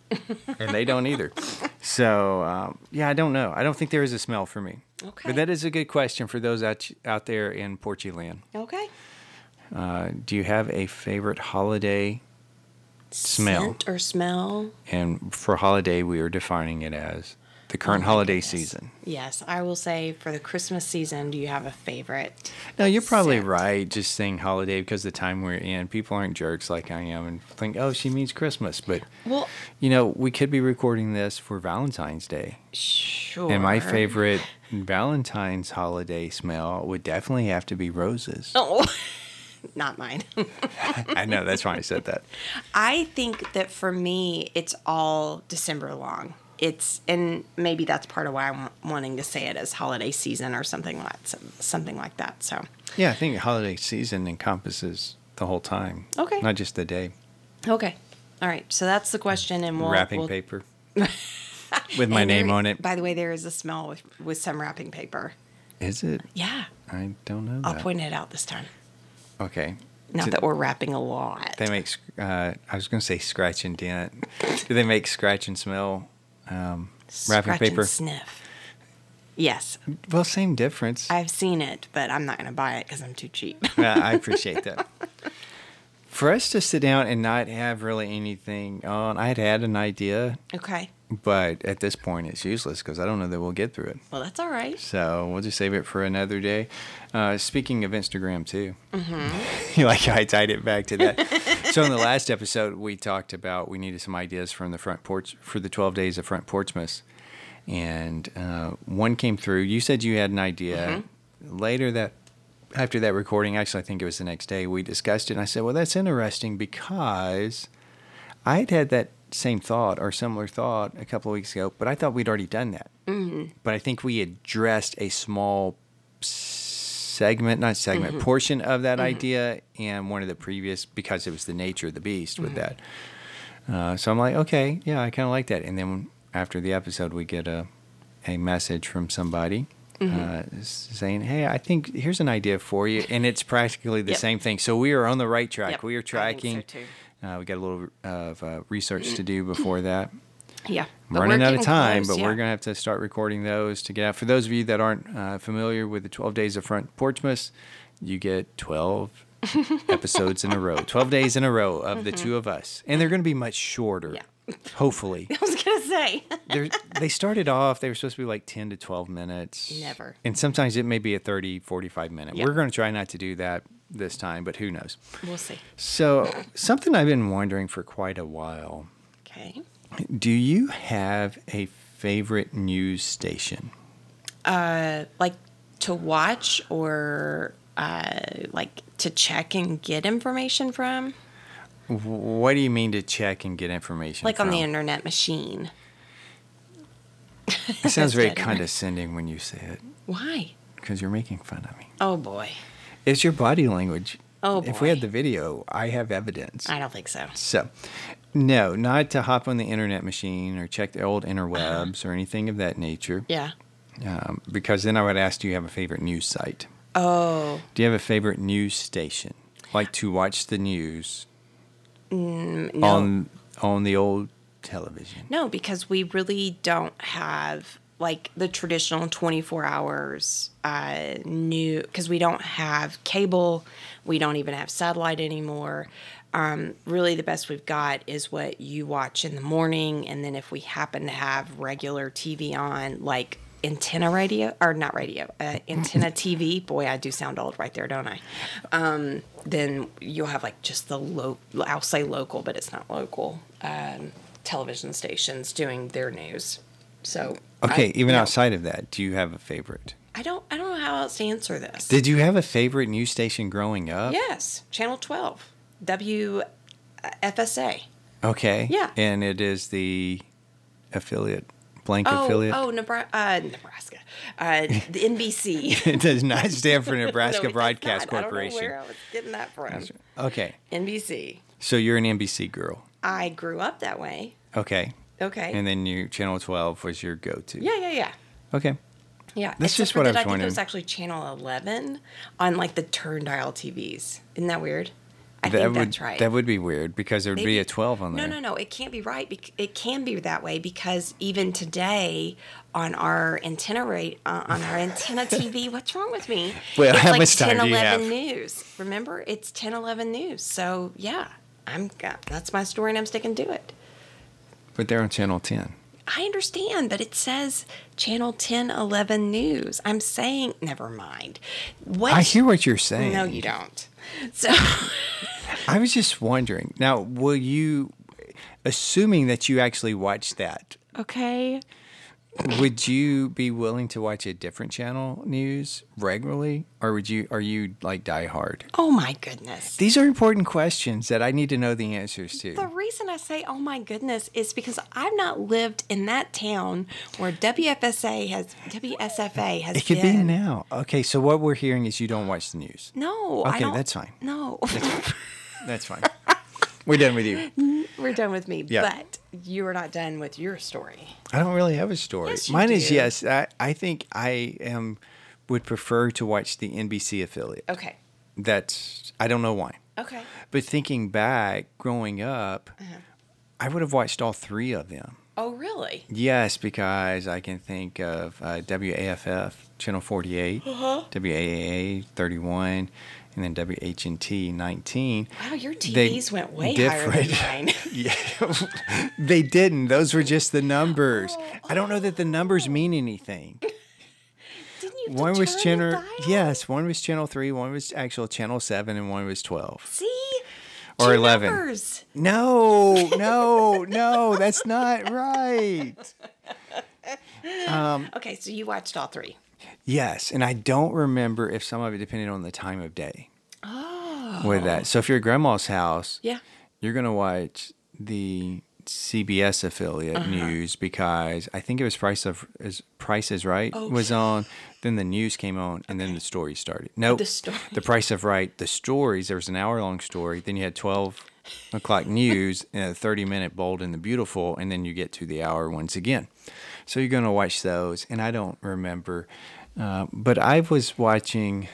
and they don't either. So um, yeah, I don't know. I don't think there is a smell for me.
Okay.
But that is a good question for those out out there in Portuland.
Okay.
Uh, do you have a favorite holiday? Smell.
Scent or smell.
And for holiday, we are defining it as the current
Oh my
holiday
goodness.
season.
Yes, I will say for the Christmas season, do you have a favorite?
No, you're probably
Scent.
right. Just saying holiday because the time we're in, people aren't jerks like I am and think, oh, she means Christmas. But
Well,
you know, we could be recording this for Valentine's Day.
Sure.
And my favorite Valentine's holiday smell would definitely have to be roses.
[LAUGHS] Oh, not mine.
I know that's why I said that.
[LAUGHS] I think that for me, it's all December long. It's and maybe that's part of why I'm wanting to say it as holiday season or something like something like that. So
Yeah, I think holiday season encompasses the whole time.
Okay.
Not just the day.
okay, all right. So that's the question, and we'll
Wrapping
we'll- [LAUGHS]
paper with my
and
name
there-
on it.
By the way, there is a smell with with some wrapping paper.
Is it?
Yeah,
I don't know.
I'll
that.
point it out this time.
Okay.
Not
Do-
that we're wrapping a lot.
They make. sc- Uh, I was going to say scratch and dent. Do they make scratch and smell um, wrapping
Scratch and
paper?
sniff. Yes,
well, same difference.
I've seen it, but I'm not going to buy it because I'm too cheap.
[LAUGHS]
[LAUGHS]
Yeah, I appreciate that. For us to sit down and not have really anything on, I had had an idea,
okay.
But at this point, it's useless because I don't know that we'll get through it.
Well, that's all right.
So we'll just save it for another day. Uh, speaking of Instagram, too, [LAUGHS] you like how I tied it back to that. so in the last episode, we talked about we needed some ideas from the front porch for the 12 days of front porchmas, and uh, one came through. You said you had an idea. Later that after that recording, actually, I think it was the next day, we discussed it, and I said, "Well, that's interesting because." I had had that same thought or similar thought a couple of weeks ago, but I thought we'd already done that. But I think we addressed a small segment, not segment, portion of that idea in one of the previous because it was the nature of the beast with that. Uh, so I'm like, okay, yeah, I kind of like that. And then after the episode, we get a a message from somebody. Uh, s- saying, "Hey, I think here's an idea for you," and it's practically the
Yep.
same thing. So we are on the right track.
Yep,
we
I
are
think so
tracking.
too.
Uh, we got a little of uh, research to do before that.
Yeah.
I'm
But we're
running out of
getting
time,
close,
but
yeah.
we're going to have to start recording those to get out. For those of you that aren't uh, familiar with the 12 Days of Front Porchmas, you get
[LAUGHS]
12 episodes in a row, 12 days in a row of the two of us. And they're going to be much shorter,
Mm-hmm. Yeah. [LAUGHS]
hopefully.
[LAUGHS] I was gonna say. [LAUGHS]
They're, they started off, they were supposed to be like 10 to 12 minutes.
Never.
And sometimes it may be a 30, 45 minute.
Yeah.
We're going to try not to do that this time, but who knows.
we'll see.
So, something I've been wondering for quite a while.
Okay.
Do you have a favorite news station?
Like to watch or uh, like to check and get information from,
What do you mean to check and get information?
like on the
from?
internet machine.
It sounds
[LAUGHS]
very
Said it.
condescending when you say it
Why?
because you're making fun of me.
Oh boy.
It's your body language.
Oh,
If we had
boy.
the video, I have evidence.
I don't think so.
So, no, not to hop on the internet machine or check the old interwebs or anything of that nature,
Yeah.
um, because then I would ask, do you have a favorite news site?
Oh.
Do you have a favorite news station? Like to watch the news
Mm, No.
on on the old television.
No, because we really don't have like the traditional 24 hours uh, new, because we don't have cable. We don't even have satellite anymore. Um, really, the best we've got is what you watch in the morning. And then if we happen to have regular TV on, like antenna radio, or not radio, uh, antenna TV, boy, I do sound old right there, don't I? Um, then you'll have like just the low, I'll say local, but it's not local. Um, television stations doing their news. So I-
Okay, even
no,
outside of that, do you have a favorite?
I don't I don't know how else to answer this.
Did you have a favorite news station growing up?
yes, Channel 12, WFSA.
Okay.
Yeah.
And it is the affiliate, blank
Oh,
affiliate.
oh, Nebraska, uh, Nebraska, uh, the
[LAUGHS]
NBC,
It does not stand for
[LAUGHS] No, it
Nebraska
does
Broadcast
not. I don't know
Corporation.
where I was getting that from.
Okay.
NBC.
So you're an NBC girl.
I grew up that way.
Okay.
Okay.
And then you Channel 12 was your go-to.
yeah, yeah, yeah.
Okay.
Yeah,
That's
except
just
for
what I
that
was
I think it was
wondering.
actually channel eleven on like the turndial TVs. Isn't that weird? I
that
think
would
that's right.
that would be weird because there would be
Maybe-
a 12 on there.
No, no, no. It can't be right. bec- It can be that way because even today on our antenna rate uh, on
[LAUGHS]
our antenna TV, what's wrong with me?
Well,
it's
how
like
much time
10,
do you
11
have?
news. Remember, it's 10, 11 news. So yeah, I'm. uh, That's my story, and I'm sticking to it.
But they're on Channel 10.
I understand, but it says channel 10, 11 news. I'm saying, never mind. What?
I hear what you're saying.
No, you don't. So [LAUGHS]
I was just wondering. Now, will you assuming that you actually watched that
okay.
would you be willing to watch a different channel news regularly or would you are you like diehard
Oh my goodness.
these are important questions that i need to know the answers
The
to
reason I say, oh my goodness, is because I've not lived in that town where WFSA has, WSFA has
it could be
been.
now okay so what we're hearing is you don't watch the news
No. I
Okay,
don't,
that's fine.
No. [LAUGHS]
that's fine we're done with you
We're done with me,
Yeah.
but you are not done with your story.
i don't really have a story
Yes, you
mine is
do.
yes I, I think i am would prefer to watch the nbc affiliate
Okay.
that's i don't know why
Okay. Uh-huh.
But thinking back, growing up, I would have watched all three of them.
Oh, really?
Yes, because I can think of uh, WAFF Channel 48,
Uh-huh.
WAAA 31, and then WHNT 19.
Wow, your
They-
TVs went way higher than
different.
mine.
[LAUGHS]
[LAUGHS]
Yeah, they didn't. Those were just the numbers.
Oh,
I don't know that the numbers mean anything.
Didn't you? have to
One was
turn the
channel,
dial?
yes, one was channel three, one was actual channel seven, and one was twelve
See.
or
Two
eleven.
numbers.
No, no, no, that's not right.
Okay, so you watched all three.
Yes, and I don't remember if some of it depended on the time of day
Oh.
with that. So if you're at grandma's house, [LAUGHS]
Yeah.
you're gonna watch the CBS affiliate
Uh-huh.
news because I think it was Price of is Price is Right was on. Then the news came on, and then the story started. No,
The story.
the Price of Right, the stories. There was an hour long story. Then you had twelve o'clock
[LAUGHS]
news and a thirty minute Bold and the Beautiful, and then you get to the hour once again. So you're gonna watch those, and I don't remember, uh, but I was watching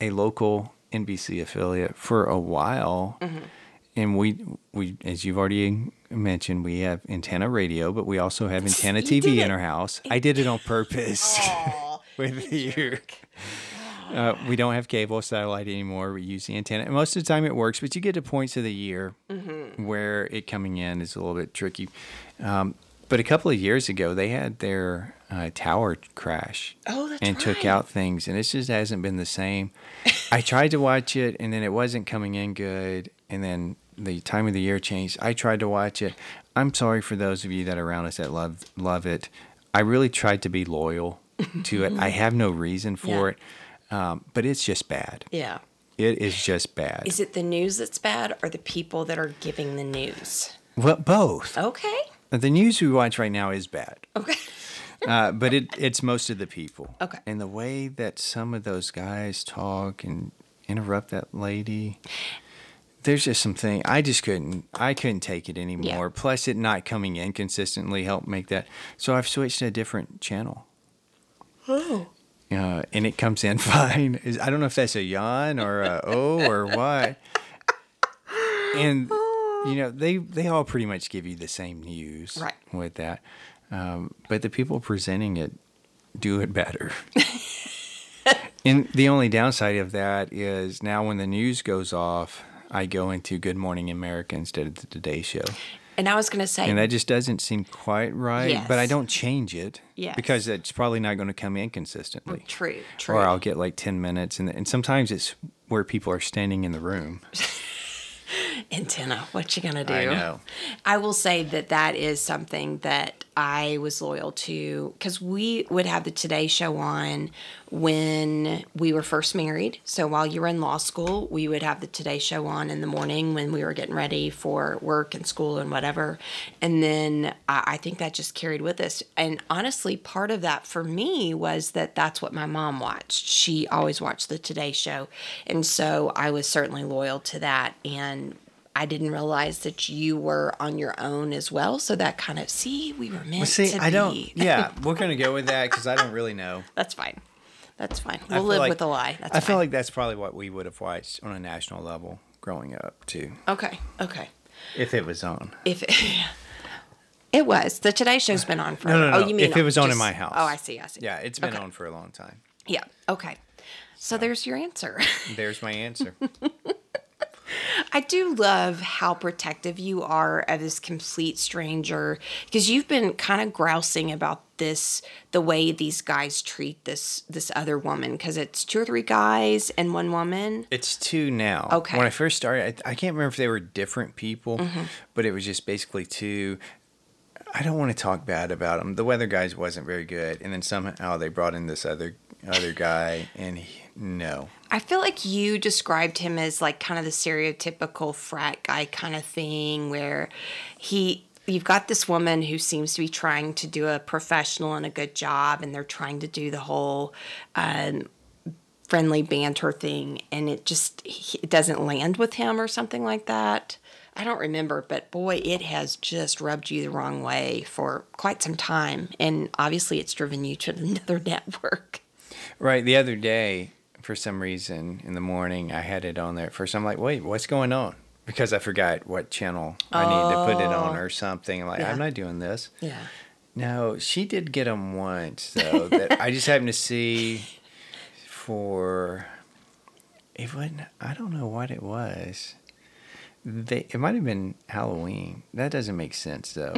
a local NBC affiliate for a while,
Mm-hmm.
and we we as you've already mentioned, we have antenna radio, but we also have antenna
You
TV
did
in
it. Oh,
our house. I did it on purpose
Aw.
[LAUGHS] with you. Uh, we don't have cable satellite anymore. We use the antenna, and most of the time it works. But you get to points of the year
Mm-hmm.
where it coming in is a little bit tricky. Um, but a couple of years ago, they had their uh, tower crash
Oh, that's
and took
right.
out things, and it just hasn't been the same. I tried to watch it, and then it wasn't coming in good, and then the time of the year changed. I tried to watch it. I'm sorry for those of you that are around us that love love it. I really tried to be loyal to it. I have no reason for it, um, but it's just bad.
yeah.
It is just bad.
Is it the news that's bad or the people that are giving the news?
well, both.
Okay.
The news we watch right now is bad.
Okay.
uh, but it, it's most of the people.
Okay.
And the way that some of those guys talk and interrupt that lady, there's just some thing I just couldn't. I couldn't take it anymore. Plus, it not coming in consistently helped make that. So I've switched to a different channel.
Oh.
Uh, and it comes in [LAUGHS] fine. Is- I don't know if that's a yawn or
[LAUGHS]
a oh or what. And you know they they all pretty much give you the same news
Right.
with that, um, but the people presenting it do it
[LAUGHS]
better. and the only downside of that is now when the news goes off, I go into Good Morning America instead of the Today Show,
And I was going to say,
and that just doesn't seem quite right. But I
Yes.
don't change it
Yes.
because it's probably not going to come in consistently
true, true.
or I'll get like 10 minutes. And, and sometimes it's where people are standing in the room.
antenna. What you gonna do?
I know.
I will say that that is something that I was loyal to because we would have the Today Show on when we were first married. So while you were in law school, we would have the Today Show on in the morning when we were getting ready for work and school and whatever. And then I, I think that just carried with us. And honestly, part of that for me was that that's what my mom watched. She always watched the Today Show. And so I was certainly loyal to that. And I didn't realize that you were on your own as well. So that kind of see, we were meant
See,
to
I don't,
be.
[LAUGHS] yeah, we're going to go with that because I don't really know.
[LAUGHS] That's fine. That's fine.
I
We'll
feel
live
like-
with a lie. That's
I
fine.
feel like that's probably what we would have watched on a national level growing up, too,
okay. Okay.
if it was on.
If [LAUGHS] it, it was the Today Show's been on for
No, no, no.
oh you mean
if it was on in
just-
my house.
oh I see I see
Yeah, it's been
Okay.
on for a long time.
yeah okay so there's your answer. [LAUGHS]
There's my answer.
I do love how protective you are of this complete stranger because you've been kind of grousing about this the way these guys treat this this other woman because it's two or three guys and one woman.
It's two now.
Okay. Mm-hmm.
When I first started, I, I can't remember if they were different people, but it was just basically two. I don't want to talk bad about them. The weather guys wasn't very good, and then somehow they brought in this other other guy, and he, no,
I feel like you described him as like kind of the stereotypical frat guy kind of thing where he you've got this woman who seems to be trying to do a professional and a good job and they're trying to do the whole um friendly banter thing and it just he- it doesn't land with him or something like that. I don't remember, but boy, it has just rubbed you the wrong way for quite some time and obviously it's driven you to [LAUGHS] another network.
right. The other day, for some reason, in the morning, I had it on there. At first, I'm like, wait, what's going on? because I forgot what channel I need to put it on or something. Like,
Oh. Yeah.
I'm not doing this.
Yeah.
No, she did get them once, though, that I just happened to see for. It wasn't, I don't know what it was. They, it might have been Halloween. That doesn't make sense,
[LAUGHS]
though.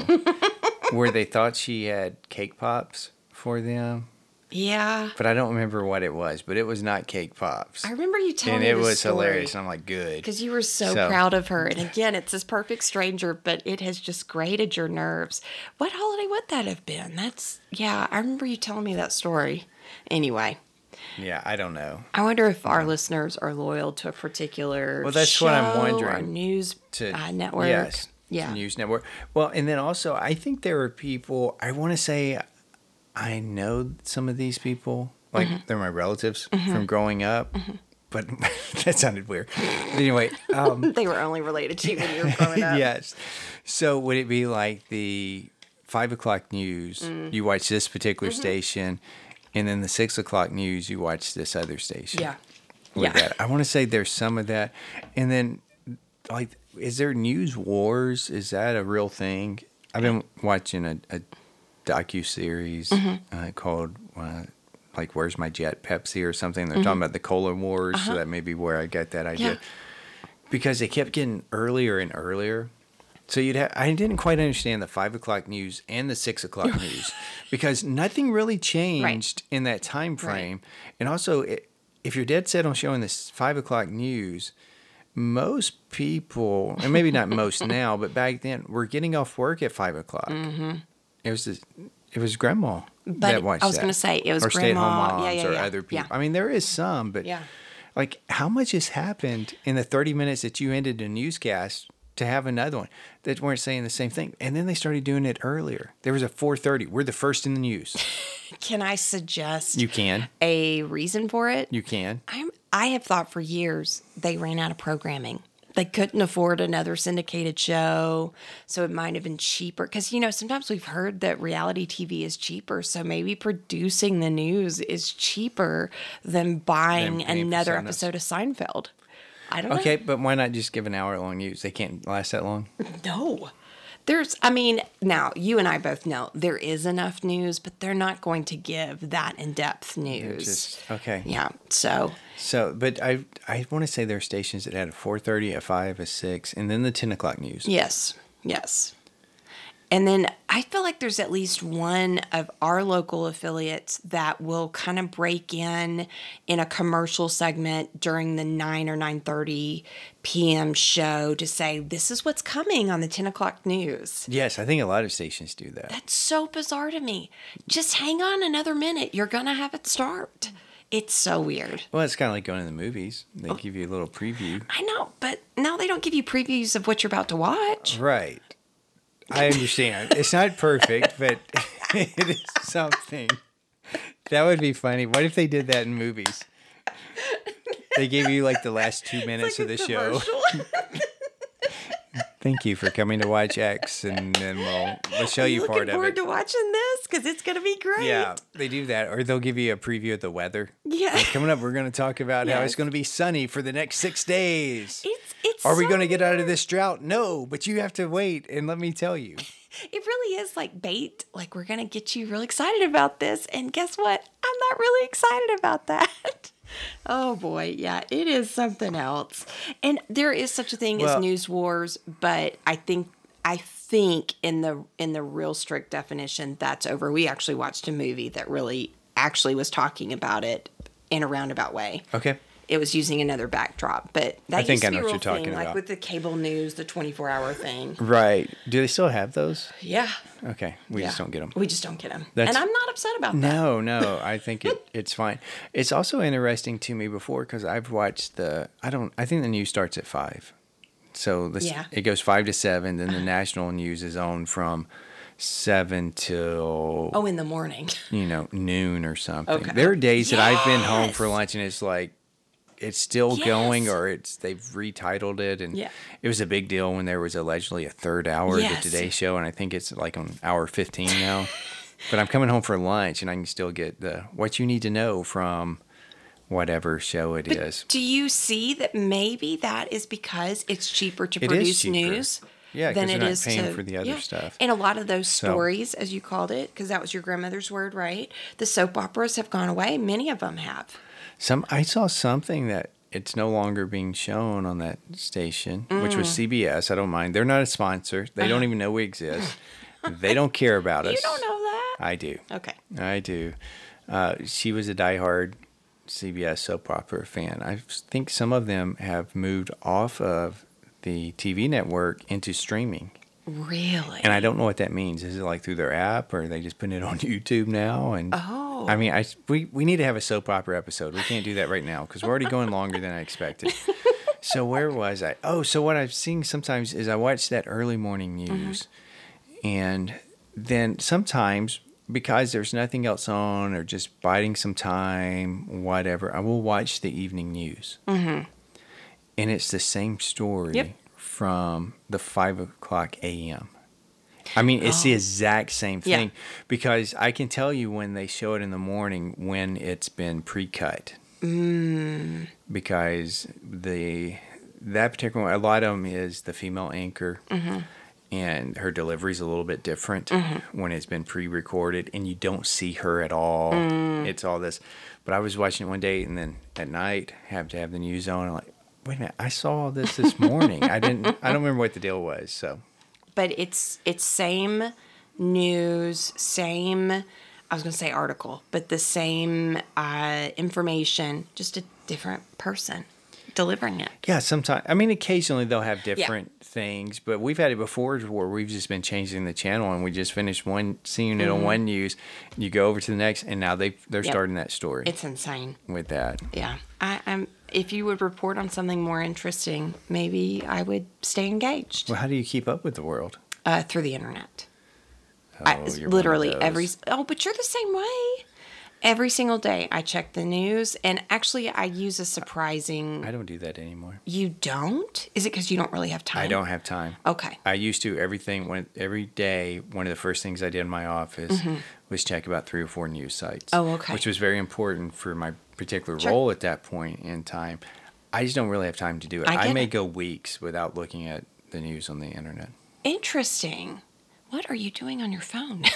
Where they thought she had cake pops for them,
Yeah.
but I don't remember what it was, but it was not cake pops.
I remember you telling
and
me
it
the
was
story.
hilarious. And I'm like, good.
Because you were so,
So-
proud
[LAUGHS]
of her. And again, it's this perfect stranger, but it has just grated your nerves. What holiday would that have been? That's, yeah, I remember you telling me that story. Anyway,
Yeah, I don't know.
I wonder if our listeners are loyal to a particular
Well, that's what I'm
show Or
wondering.
news
to
uh, network.
Yes.
Yeah.
News network. Well, and then also I think there are people I want to say I know some of these people. Like
Mm-hmm.
they're my relatives from growing up. But [LAUGHS] that sounded weird. But
[LAUGHS]
anyway, um
[LAUGHS] They were only related to you when you were
[LAUGHS]
growing up.
yes. So would it be like the five o'clock news?
Mm.
You watch this particular
Mm-hmm.
station, and then the six o'clock news you watch this other station.
Yeah.
with
Yeah.
that. I want to say there's some of that, and then like, is there news wars? Is that a real thing? I've been watching a, a docu series
Mm-hmm.
uh, called uh, like "Where's My Jet Pepsi" or something.
Mm-hmm.
They're talking about the cola wars, so that may be where I got that idea
Uh-huh. Yeah.
because they kept getting earlier and earlier. So you'd have, I didn't quite understand the five o'clock news and the six o'clock
[LAUGHS]
news because nothing really changed in that time frame. And also, i if you're dead set on showing this five o'clock news, most people, and maybe
[LAUGHS]
not most now, but back then, were getting off work at five o'clock. It was this, it was grandma that
Mm-hmm. it-
watched
I was
that.
gonna say, it was
or stay-at-home
grandma. Yeah,
moms
yeah,
or
yeah.
other
Yeah.
people. I mean, there is some, but
Yeah.
like how much has happened in the 30 minutes that you ended a newscast to have another one that weren't saying the same thing and then they started doing it earlier there was a 4.30 we're the first in the news
Can I suggest
you can
a reason for it?
you can
I'm, I have thought for years they ran out of programming. They couldn't afford another syndicated show, so it might have been cheaper. Because, you know, sometimes we've heard that reality TV is cheaper. So maybe producing the news is cheaper than buying
Than paying for
another
Seinfeld.
episode of Seinfeld. I don't
okay but why not just give an hour long news they can't last that long
know. No. There's, I mean, now you and I both know there is enough news, but they're not going to give that in depth news.
just okay
yeah. So
so but i i want to say there are stations that had a 4.30 a 5 a 6 and then the 10 o'clock news
Yes, yes. And then I feel like there's at least one of our local affiliates that will kind of break in in a commercial segment during the nine or nine thirty p.m. show to say this is what's coming on the ten o'clock news.
yes i think a lot of stations do that
It's so bizarre to me. Just hang on another minute. You're gonna have it start. It's so weird.
well it's kind of like going to the movies they give you a little preview
I know, but now they don't give you previews of what you're about to watch.
Right. I understand. it's not perfect, but [LAUGHS] it is something. That would be funny. What if they did that in movies? They gave you like the last two minutes of [LAUGHS] the show. Thank you for coming to watch X, and then we'll we'll show you
looking
part of
forward
it.
to watching this because it's gonna be great.
Yeah, they do that, or they'll give you a preview of the weather.
Yeah. [LAUGHS]
Like, coming up, we're going to talk about how it's
Yes.
going to be sunny for the next six days.
It's it's.
Are we
so
going to get out of
weird.
this drought? No, but you have to wait and let me tell you.
It really is like bait. Like we're gonna get you real excited about this, and guess what? I'm not really excited about that. [LAUGHS] Oh boy, yeah, it is something else. And there is such a thing
Well-
as news wars, but I think I think in the in the real strict definition, that's over. We actually watched a movie that really actually was talking about it in a roundabout way.
Okay.
it was using another backdrop. But
I
that used
think
to
I
be
know
a
what
real
you're talking
thing, like
about.
with the cable news, the 24 hour thing.
Right. Do they still have those?
Yeah,
Okay. We just
Yeah.
don't get them.
We just don't get them,
That's-
and I'm not upset about that.
No, no. [LAUGHS] I think it, it's fine. It's also interesting to me before because I've watched the, I don't, I think the news starts at five. So this,
Yeah. Uh-huh.
it goes five to seven. Then the national news is on from seven till,
Oh, in the morning,
you know, noon or something.
Okay.
There are days that I've been home for
Yes.
lunch and it's like, it's still going
Yes.
or it's they've retitled it and
Yeah.
it was a big deal when there was allegedly a third hour
Yes.
of the Today show and I think it's like on hour 15
[LAUGHS]
now. but I'm coming home for lunch and I can still get the what you need to know from whatever show it is.
[LAUGHS] Do you see that maybe that is because it's cheaper to
It is
produce
cheaper.
news?
Yeah, 'cause
than
you're
it
not
is
paying
to-
for the other stuff.
And a lot of those stories, as you called it, because that was your grandmother's word, right? The soap operas have gone away. Many of them have.
Some I saw something that it's no longer being shown on that station, which
Mm.
was CBS. I don't mind. They're not a sponsor. They don't even know we
[LAUGHS]
exist. they don't care about us.
You Uh-huh. don't know that?
I do.
Okay.
I do. Uh, she was a diehard CBS soap opera fan. I think some of them have moved off of the TV network into streaming.
Really?
And I don't know what that means. Is it like through their app, or are they just putting it on [LAUGHS] YouTube now? And
Oh.
I mean, I we we need to have a soap opera episode. We can't do that right now because we're already going longer than I expected. So where was I? Oh, so what I've seen sometimes is I watch that early morning news, and then sometimes because there's nothing else on or just biding some time, whatever, I will watch the evening news, mm-hmm. and it's the same story
Yep.
from the five o'clock a.m. I mean, it's the exact same
Oh. Yeah.
thing because I can tell you when they show it in the morning when it's been pre-cut.
Mm.
Because the that particular one, a lot of them is the female anchor,
Mm-hmm.
and her delivery's a little bit different when it's been pre-recorded, and you don't see her at all.
Mm.
It's all this. But I was watching it one day, and then at night, have to have the news on. I'm like, wait a minute, I saw this
[LAUGHS]
this morning. I didn't. I don't remember what the deal was. So.
but it's it's same news, same. I was going to say article, but the same uh, information, just a different person delivering it.
Yeah, sometimes. I mean, occasionally they'll have different things, but we've had it before where we've just been changing the channel and we just finished one, seeing it on one news, you go over to the next, and now they they're
Mm-hmm. Yep.
starting that story
It's insane.
with that.
Yeah, I, I'm. If you would report on something more interesting, maybe I would stay engaged
Well, how do you keep up with the world?
uh, through the internet.
Oh,
I,
you're one of
literally every.
those.
Oh, but you're the same way. Every single day, I check the news, and actually, I use a surprising.
I don't do that anymore.
you don't? Is it because you don't really have time?
I don't have time.
Okay.
I used to everything when every day. One of the first things I did in my office was check about three or four news sites.
Mm-hmm. Oh, okay.
Which was very important for my particular
Sure.
role at that point in time. I just don't really have time to do it.
I
I,
get
may
it.
go weeks without looking at the news on the
[LAUGHS]
internet.
Interesting. What are you doing on your phone? [LAUGHS]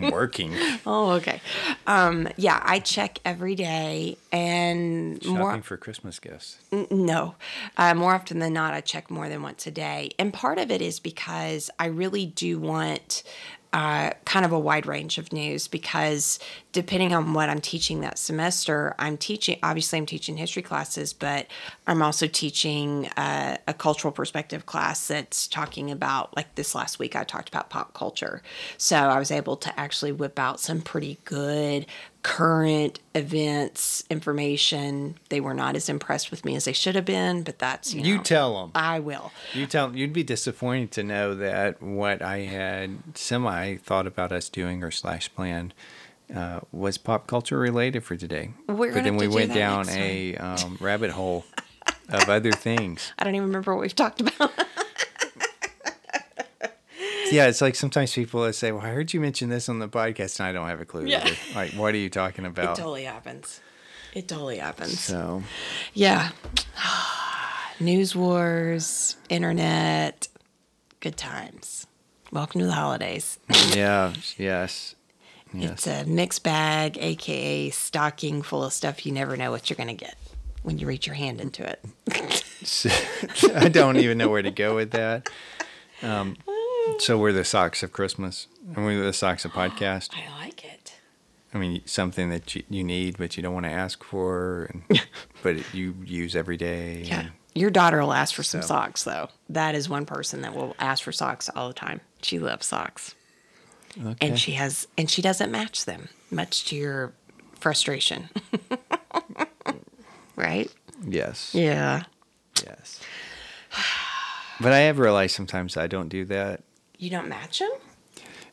Working, shopping
oh, okay. Um, yeah, I check every day, and more.
for Christmas gifts.
No. Uh, more often than not, I check more than once a day. And part of it is because I really do want uh, kind of a wide range of news because depending on what I'm teaching that semester, I'm teaching, obviously, I'm teaching history classes, but I'm also teaching uh, a cultural perspective class that's talking about, like this last week, I talked about pop culture. So I was able to actually whip out some pretty good current events information. They were not as impressed with me as they should have been, but that's you,
You
know,
tell them.
I will.
You tell. You'd be disappointed to know that what I had semi thought about us doing or slash planned uh, was pop culture related for today.
We're gonna
but then
have
we
to do
went
that
down
next
a um, rabbit
[LAUGHS]
hole of other things.
I don't even remember what we've talked about.
Yeah, it's like sometimes people will say, "Well, I heard you mention this on the podcast, and I don't have a clue."
Yeah.
either." Like, what are you talking
It
about?
totally happens. It totally happens.
Oh. So,
Yeah. [SIGHS] News wars, internet, good times. Welcome to the holidays.
yeah, yes, [LAUGHS]
It's a mixed bag, aka stocking full of stuff you never know what you're going to get when you reach your hand into it.
So- I don't even know where to go with that. Um, so we're the socks of Christmas, and we're the socks of podcast.
I like it.
I mean, something that you, you need but you don't want to ask for,
[LAUGHS]
and, but you use every day.
Yeah.
and-
Your daughter will ask for some
So-
socks, though. That is one person that will ask for socks all the time. She loves socks,
Okay.
and she has, and she doesn't match them, much to your frustration. [LAUGHS] right?
yes.
Yeah.
Yes. [SIGHS] But I have realized sometimes I don't do that.
You don't match them.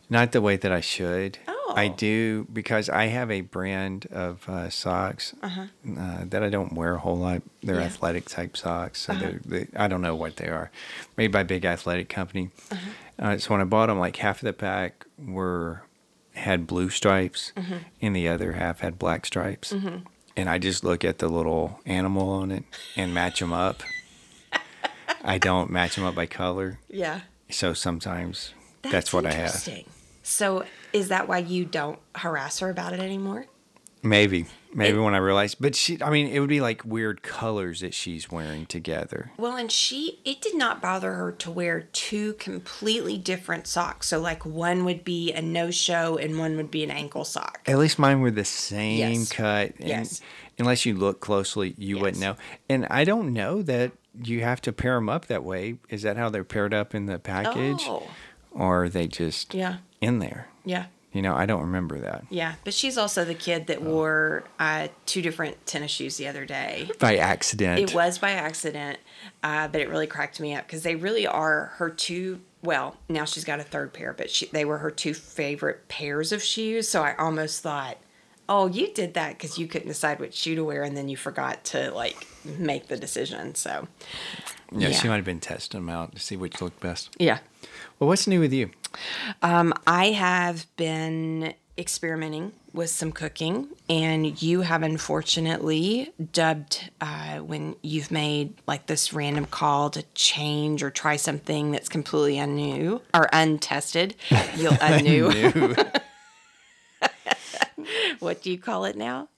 Not the way that I should. I
Oh.
do because I have a brand of uh, socks uh that I don't wear a whole lot. They're
Uh-huh. Yeah. Uh-huh.
athletic type socks. So they're, they, I don't know what they are. Made by a big athletic company. uh
Uh-huh.
so when I bought them, like half of the pack
Mm-hmm.
were had blue stripes and the other half had black stripes. and I just look at the little animal on it and match them
[LAUGHS]
up. I don't match them up by color.
Yeah.
So sometimes that's, what I have.
interesting. So is that why you don't harass her about it anymore?
Maybe. Maybe when I realize, but she, I mean, it would be like weird colors that she's wearing together.
Well, and she, it did not bother her to wear two completely different socks. So, like, one would be a no show and one would be an ankle sock.
At least mine were the same
Yes.
cut. And
Yes.
Unless you look closely, you wouldn't
Yes.
know. And I don't know that you have to pair them up that way. Is that how they're paired up in the package?
Oh.
Or are they just
Yeah.
in there?
Yeah.
You know, I don't remember that.
Yeah. But she's also the kid that wore uh, two different tennis shoes the other day.
By accident.
It was by accident, uh, but it really cracked me up because they really are her two. Well, now she's got a third pair, but she, they were her two favorite pairs of shoes. So I almost thought, oh, you did that because you couldn't decide which shoe to wear, and then you forgot to like make the decision. So
Yeah,
Yeah.
she might have been testing them out to see which looked best.
yeah,
Well, what's new with you?
um, I have been experimenting with some cooking, and you have unfortunately dubbed uh, when you've made like this random call to change or try something that's completely unnew or untested. You'll unknew.
New.
[LAUGHS] what do you call it now?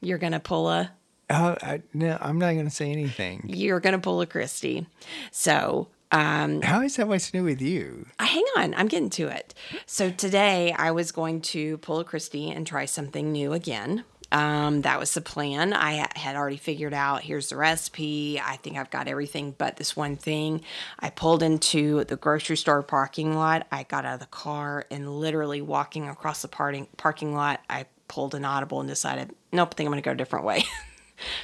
You're gonna pull a.
Uh, I, no, I'm not going to say anything.
You're gonna pull a Christie. So
How is that what's new with you?
I- Uh, hang on, I'm getting to it. So today I was going to pull a Christie and try something new again. Um, that was the plan. I ha- had already figured out here's the recipe. I think I've got everything but this one thing. I pulled into the grocery store parking lot. I got out of the car and literally walking across the parting- parking lot, I pulled an audible and decided, nope, I think I'm going to go a different way. [LAUGHS]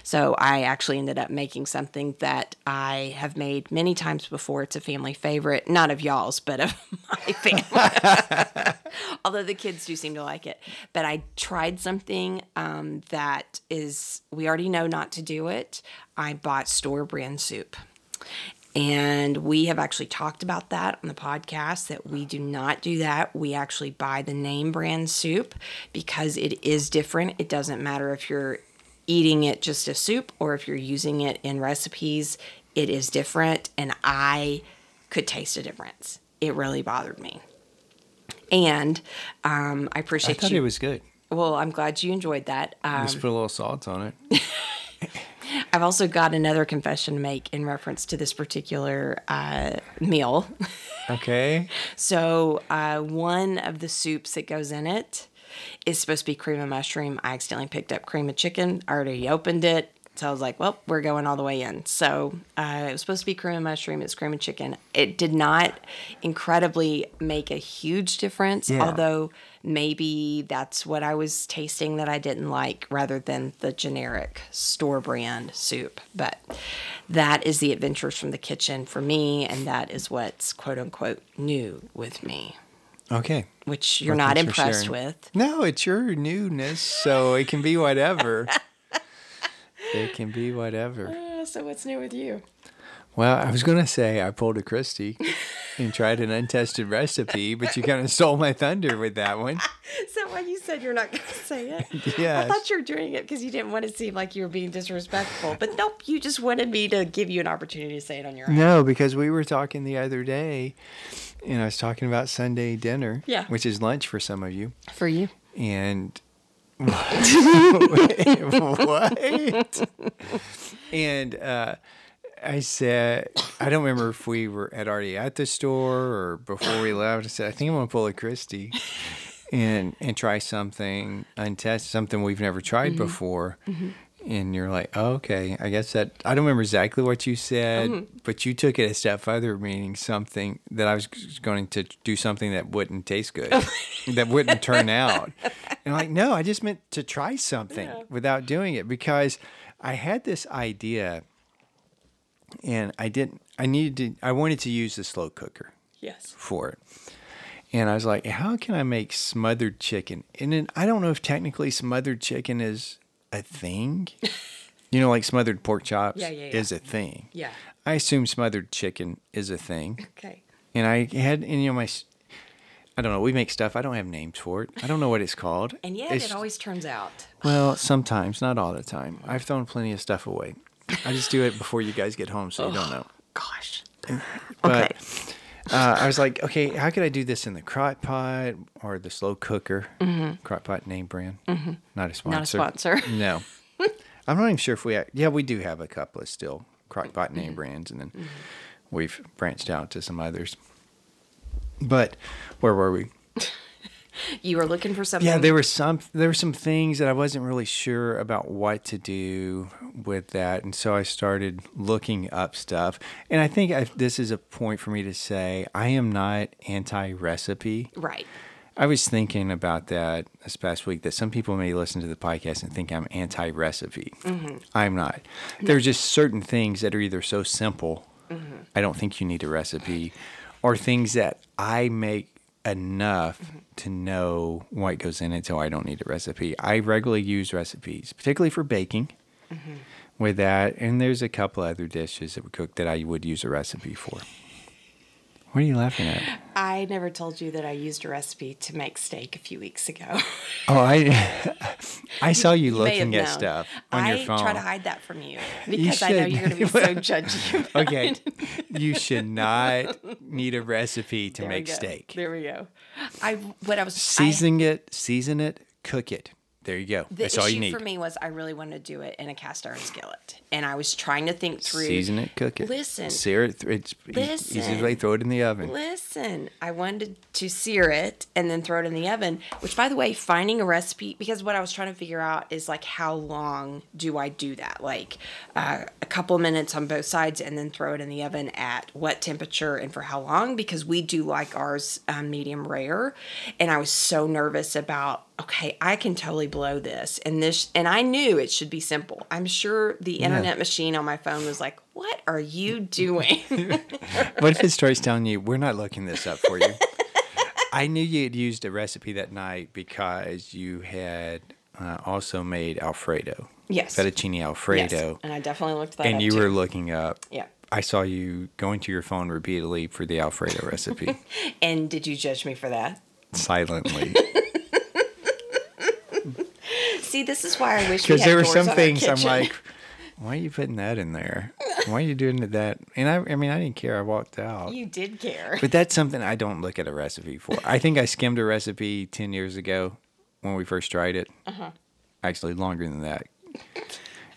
So I actually ended up making something that I have made many times before. It's a family favorite, not of y'all's, but of [LAUGHS] my family. Although the kids do seem to like it. But I tried something um, that is, we already know not to do it. I bought store brand soup. And we have actually talked about that on the podcast that we do not do that. We actually buy the name brand soup because it is different. It doesn't matter if you're eating it just as soup or if you're using it in recipes, it is different. And I could taste a difference. It really bothered me. And um, I
I
appreciate
thought
you.
it was good.
well, I'm glad you enjoyed that. Um,
Just put a little salt on it.
[LAUGHS] I've also got another confession to make in reference to this particular uh, meal. [LAUGHS]
Okay.
So uh, one of the soups that goes in it is supposed to be cream of mushroom. I accidentally picked up cream of chicken. I already opened it. So I was like, well, we're going all the way in. So uh, it was supposed to be cream of mushroom. It's cream of chicken. It did not incredibly make a huge difference,
Yeah.
although maybe that's what I was tasting that I didn't like rather than the generic store brand soup. But that is the adventures from the kitchen for me. And that is what's quote unquote new with me,
Okay.
which you're
Well,
not
thanks for
impressed
sharing.
with.
No, it's your newness, so it can be
[LAUGHS]
whatever. it can be whatever.
Uh, so what's new with you?
Well, I was going to say I pulled a Christie and tried an untested recipe, but you kind of stole my thunder with that one.
[LAUGHS] Is that why you said you're not going to say it? I
[LAUGHS] Yes.
thought you were doing it because you didn't want to seem like you were being disrespectful. But nope, you just wanted me to give you an opportunity to say it on your own.
No, because we were talking the other day, and I was talking about Sunday dinner,
Yeah.
which is lunch for some of you,
For you.
and what? what? and uh, I said, I don't remember if we were at already at the store or before we left. I said, I think I'm gonna pull a Christie and and try something untested, something we've never tried before. And you're like, oh, okay, I guess that I don't remember exactly what you said, but you took it a step further, meaning something that I was g- going to do something that wouldn't taste good, [LAUGHS] that wouldn't turn out. And I'm like, no, I just meant to try something without doing it because I had this idea and I didn't, I needed to, I wanted to use the slow cooker
Yes.
for it. And I was like, how can I make smothered chicken? And then I don't know if technically smothered chicken is a
[LAUGHS]
thing. you know, like smothered pork chops
Yeah, yeah, yeah.
is a thing.
Yeah.
I assume smothered chicken is a thing.
Okay.
And I had, and, you know, my, s- I don't know. We make stuff. I don't have names for it. I don't know what it's called.
[LAUGHS] And yet
It's-
it always turns out.
Well, sometimes, not all the time. I've thrown plenty of stuff away. I just do it before you guys get home, so you don't know.
Gosh.
But
Okay.
uh, I was like, okay, how could I do this in the crock pot or the slow cooker? Crock pot name brand, not a sponsor.
Mm-hmm. Not a sponsor.
[LAUGHS] No, I'm not even sure if we. Have, yeah, we do have a couple of still crock pot
Mm-hmm.
name brands, and then we've branched out to some others. But where were we?
You were looking for something.
Yeah, there were some there were some things that I wasn't really sure about what to do with that, and so I started looking up stuff. And I think I, this is a point for me to say I am not anti recipe.
Right.
I was thinking about that this past week that some people may listen to the podcast and think I'm anti recipe. I'm not. There are just certain things that are either so simple, I don't think you need a recipe, or things that I make enough to know what goes in it so I don't need a recipe. I regularly use recipes, particularly for baking with that. And there's a couple other dishes that we cook that I would use a recipe for. What are you laughing at?
I never told you that I used a recipe to make steak a few weeks ago.
Oh, I [LAUGHS] I saw you
[LAUGHS] May have
looking at
known.
stuff on
I
your phone.
try to hide [LAUGHS] that from you because I know
should.
you're going to be
[LAUGHS]
so judgy. about
okay, you
[LAUGHS]
should not need a recipe to
There we
make
go.
steak.
There we go. I what I was I,
Season it, season it, cook it. There you go.
the
That's
issue
all you need.
for me was I really wanted to do it in a cast iron skillet, and I was trying to think through.
Season it, cook it.
Listen.
sear it. Th- it's e- easy
Listen.
way. Throw it in the oven.
Listen, I wanted to sear it and then throw it in the oven, which by the way, finding a recipe because what I was trying to figure out is like how long do I do that? Like uh, a couple minutes on both sides and then throw it in the oven at what temperature and for how long? Because we do like ours um, medium rare. And I was so nervous about, okay, I can totally blow this. And this, and I knew it should be simple. I'm sure the internet machine on my phone was like, what are you doing? [LAUGHS]
What if it starts telling you we're not looking this up
[LAUGHS]
for you? I knew you had used a recipe that night because you had uh, also made Alfredo.
Yes.
Fettuccine Alfredo.
Yes, and I definitely looked that up.
and you
too.
were looking up.
Yeah.
I saw you going to your phone repeatedly for the Alfredo
[LAUGHS]
recipe
And did you judge me for that? [LAUGHS]
silently
See, this is why I wish we
because
had
there were
doors
some
on our
things I'm
kitchen.
like, why are you putting that in there? Why are you doing that? And I, I mean, I didn't care. I walked out.
[LAUGHS] you did care.
But that's something I don't look at a recipe for. I think I skimmed a recipe 10 years ago when we first tried it.
Uh-huh.
Actually, longer than that.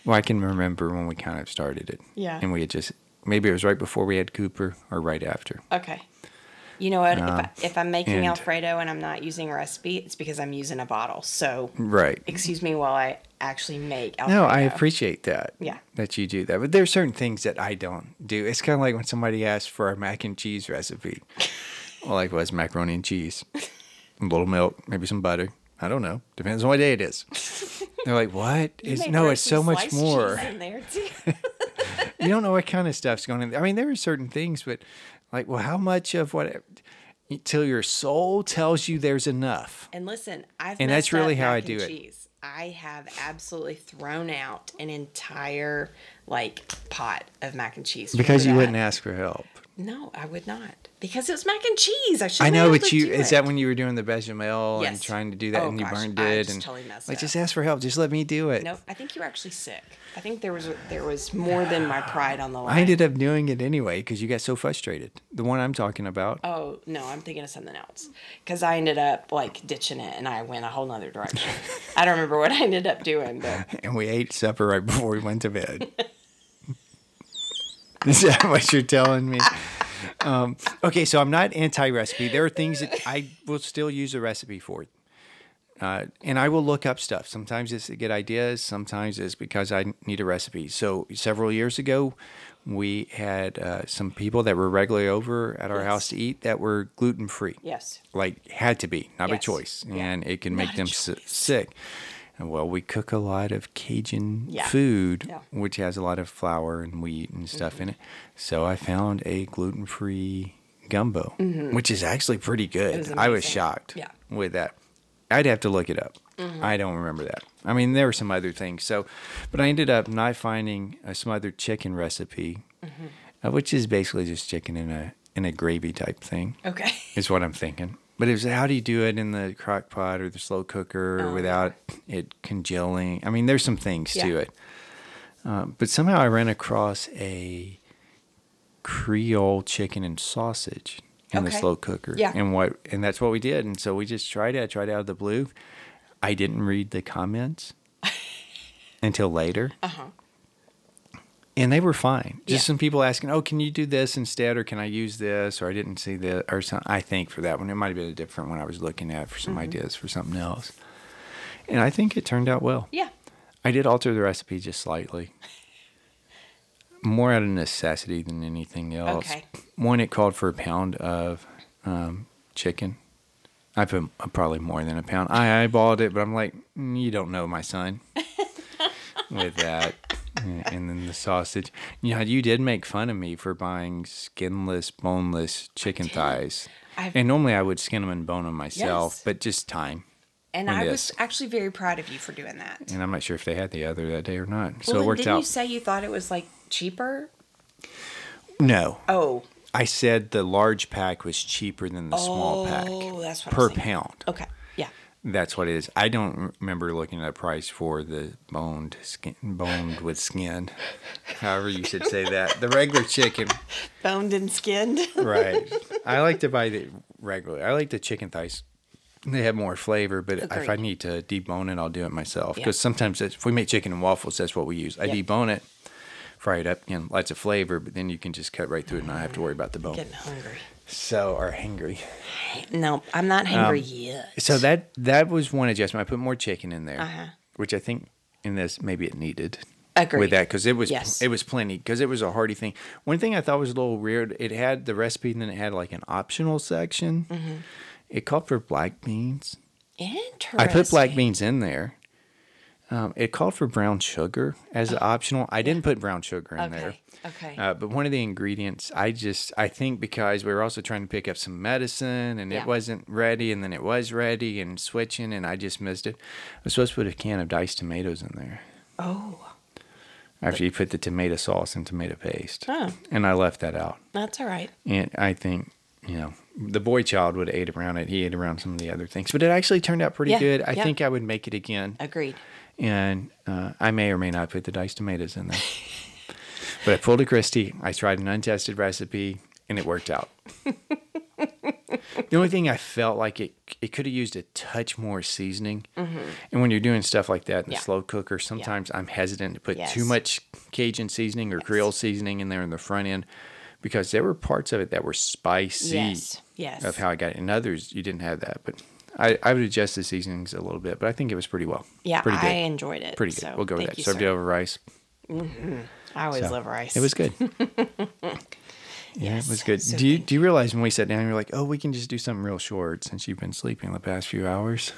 Well, I can remember when we kind of started it.
Yeah.
And we had just, maybe it was right before we had Cooper or right after.
Okay. You know what? if, I, if I'm making
Uh, and-
Alfredo and I'm not using a recipe, it's because I'm using a bottle. So
Right.
excuse me while I actually make Alfredo.
No, I appreciate that.
Yeah.
That you do that. But there are certain things that I don't do. It's kind of like when somebody asks for a mac and cheese
[LAUGHS]
recipe. well, like, was macaroni and cheese, a little milk, maybe some butter. I don't know. Depends on what day it
[LAUGHS]
is. They're like, what? It's,
Maybe
no,
throw
it's
some
so much
sliced cheese
more.
in there, too.
[LAUGHS] you don't know what kind of stuff's going in. there. I mean, there are certain things, but like, well, how much of what? Till your soul tells you there's enough.
And listen, I've
And that's
messed up
really how
mac
I
and
do it.
Cheese. I have absolutely thrown out an entire like pot of mac and cheese
Because you
Remember
wouldn't
that?
ask for help.
No, I would not because it was mac and cheese. I should.
I know, but
do
you is
it.
that when you were doing the bechamel
Yes.
and trying to do that
Oh,
and you
gosh,
burned
I
it
just
and
totally messed
like
up.
just ask for help, just let me do it.
No, I think you were actually sick. I think there was a, there was more than
[SIGHS]
my pride on the line.
I ended up doing it anyway because you got so frustrated. The one I'm talking about.
Oh no, I'm thinking of something else because I ended up like ditching it and I went a whole nother direction. I don't remember what I ended up
[LAUGHS]
doing, but
And we ate supper right before we went to bed. [LAUGHS] is that what you're telling me? Um, okay, so I'm not anti recipe. There are things that I will still use a recipe for. Uh, and I will look up stuff. Sometimes it's to get ideas, sometimes it's because I need a recipe. So, several years ago, we had uh, some people that were regularly over at our
Yes.
house to eat that were gluten free
yes,
like had to be not by
Yes.
choice
Yeah.
and it can make
a
them si- sick and well we cook a lot of cajun
Yeah.
food
Yeah. Mm-hmm.
which has a lot of flour and wheat and stuff in it so i found a gluten-free gumbo which is actually pretty good
Mm-hmm. was
i was
amazing.
shocked
Yeah. Mm-hmm.
with that i'd have to look it up i don't remember that i mean there were some other things so but i ended up not finding a smothered chicken recipe
Mm-hmm.
uh, which is basically just chicken in a in a gravy type thing
okay, [LAUGHS]
is what I'm thinking. But it was how do you do it in the crock pot or the slow cooker
Um,
without it congealing? I mean, there's some things
Yeah.
to it. Um, but somehow I ran across a Creole chicken and sausage in the
Okay.
slow cooker.
Yeah.
And what and that's what we did. And so we just tried it. I tried it out of the blue. I didn't read the
[LAUGHS]
comments until later. Uh-huh. And they were fine. Just
Yeah.
some people asking, "Oh, can you do this instead, or can I use this, or I didn't see this, or some." I think for that one, it might have been a different one I was looking at for some ideas for something else. And I think it turned out well.
Yeah.
I did alter the recipe just slightly, more out of necessity than anything else.
Okay.
One, it called for a pound of um, chicken. I put uh, probably more than a pound. I eyeballed it, but I'm like, "Mm, you don't know my
[LAUGHS]
son with that. And and then the sausage. You know, you did make fun of me for buying skinless, boneless chicken
did.
thighs.
I've-
and normally I would skin them and bone them myself,
Yes.
but just time.
And
It
I
is.
was actually very proud of you for doing that.
And I'm not sure if they had the other that day or not. so
well,
it
and
worked
didn't
out.
you say you thought it was like cheaper?
No,
Oh,
I said the large pack was cheaper than the small pack
Oh, that's what I
per
was thinking.
pound.
Okay. Yeah.
That's what it is. I don't remember looking at a price for the boned skin, boned with skin. However, you should say that the regular chicken,
Boned and skinned.
right? I like to buy the regular. I like the chicken thighs. They have more flavor, but if I
Agreed.
need to debone it, I'll do it myself.
Yeah.
Because sometimes that's, if we make chicken and waffles, that's what we use. I
Yep.
debone it, fry it up, and lots of flavor, but then you can just cut right through it and not have to worry about the bone.
[LAUGHS] Getting hungry.
So are hungry.
No, I'm not hungry yet.
So that that was one adjustment. I put more chicken in there,
Uh-huh.
which I think in this maybe it needed.
Agreed.
With that, because it was
Yes.
it was plenty, because it was a hearty thing. One thing I thought was a little weird. It had the recipe, and then it had like an optional section.
Mm-hmm.
It called for black beans.
Interesting.
I put black beans in there. Um, it called for brown sugar as an optional. I didn't put brown sugar in there.
Okay. Oh. Okay.
Uh, but one of the ingredients, I just, I think because we were also trying to pick up some medicine and
Yeah.
it wasn't ready and then it was ready and switching and I just missed it. I was supposed to put a can of diced tomatoes in there
oh,
after you put the tomato sauce and tomato paste.
Oh.
And I left that out.
that's all right.
And I think, you know, the boy child would have ate around it. He ate around some of the other things, but it actually turned out pretty
Yeah,
good. I
yeah.
think I would make it again.
Agreed.
And uh, I may or may not put the diced tomatoes in there. but I pulled a Christie. I tried an untested recipe and it worked
[LAUGHS]
out. the only thing I felt like it it could have used a touch more seasoning. And when you're doing stuff like that in
Mm-hmm. Yeah.
the slow cooker, sometimes I'm hesitant to put too
Yes.
much Cajun seasoning or Creole seasoning in there in the front end because there were parts of it that were spicy
Yes. Yes.
of how I got it. And others, you didn't have that. But I, I would adjust the seasonings a little bit, but I think it was pretty well.
yeah,
pretty
I enjoyed it.
pretty good.
so
we'll go with
thank
that.
you,
Served
sir.
it over rice.
I always
so
love rice.
It was
[LAUGHS]
good. yeah, it was good.
so
do you
thank
do you realize when we sat down, you're like, oh, we can just do something real short since you've been sleeping the past few
[LAUGHS]
hours.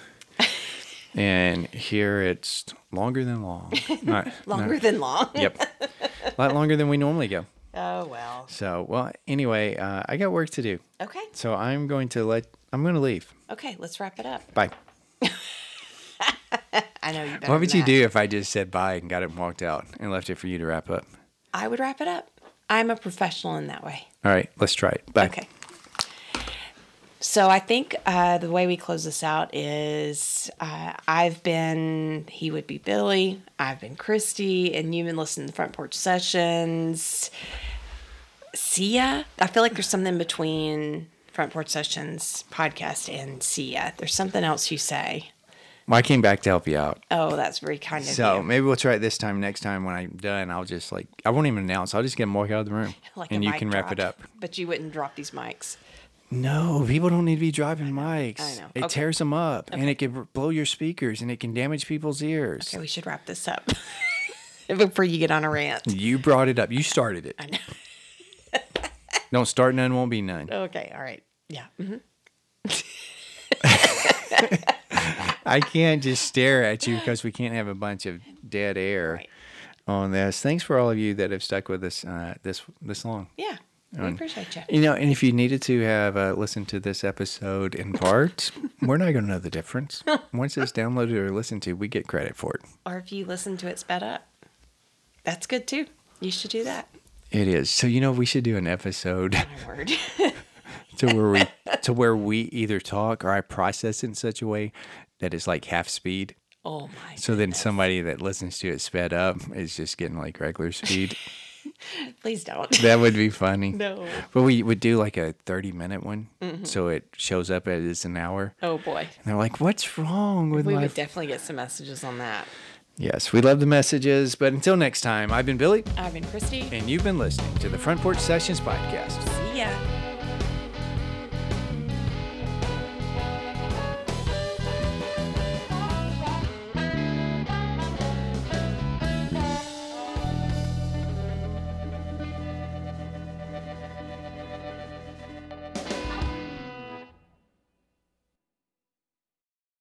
and here it's longer than
[LAUGHS]
long. Not- not-
longer than long.
[LAUGHS] Yep.
[LAUGHS]
A lot longer than we normally go.
Oh well.
So, well, anyway, uh, I got work to do.
Okay.
So I'm going to let, I'm going to leave.
Okay. Let's wrap it up.
Bye.
I know you. better
What would
than
you
that.
do if I just said bye and got it and walked out and left it for you to wrap up?
I would wrap it up. I'm a professional in that way.
All right, let's try it. Bye.
Okay. So I think uh, the way we close this out is uh, I've been, he would be Billy, I've been Christy, and you've been listening to the Front Porch Sessions. See ya. I feel like there's something between Front Porch Sessions podcast and see ya. There's something else you say.
Well, I came back to help you out.
Oh, that's very kind of
So
you.
maybe we'll try it this time. Next time when I'm done, I'll just like I won't even announce. I'll just get him walk out of the room,
[LAUGHS] Like a
and you
mic
can wrap it
drop.
up.
But you wouldn't drop these mics.
No, people don't need to be driving mics.
I know.
It
Okay.
tears them up, and it can blow your speakers, and it can damage people's ears.
Okay, we should wrap this up [LAUGHS] before you get on a rant.
You brought it up. You started it. I
[LAUGHS]
know. don't start none, won't be none.
Okay, all right. Yeah. mhm.
I can't just stare at you because we can't have a bunch of dead air
Right.
on this. Thanks for all of you that have stuck with us uh, this this long.
Yeah. We appreciate you.
You know, and if you needed to have uh, listened to this episode in parts, we're not going to know the
[LAUGHS]
difference. Once it's downloaded or listened to, we get credit for it.
Or if you listen to it sped up, that's good too. You should do that.
It is. So, you know, we should do an episode [LAUGHS]
My word.
to where we to where we either talk or I process in such a way that it's like half speed.
[LAUGHS] Oh my.
So then somebody that listens to it sped up is just getting like regular speed.
Please don't.
[LAUGHS] that would be funny.
[LAUGHS] No. Mm-hmm.
But we would do like a 30 minute one. So it shows up as an hour.
Oh boy.
And they're like, what's wrong with
We
my.
would definitely get some messages on that.
yes, we love the messages. But until next time, I've been Billy,
I've been Christy.
and you've been listening to the Front Porch Sessions Podcast.
See ya.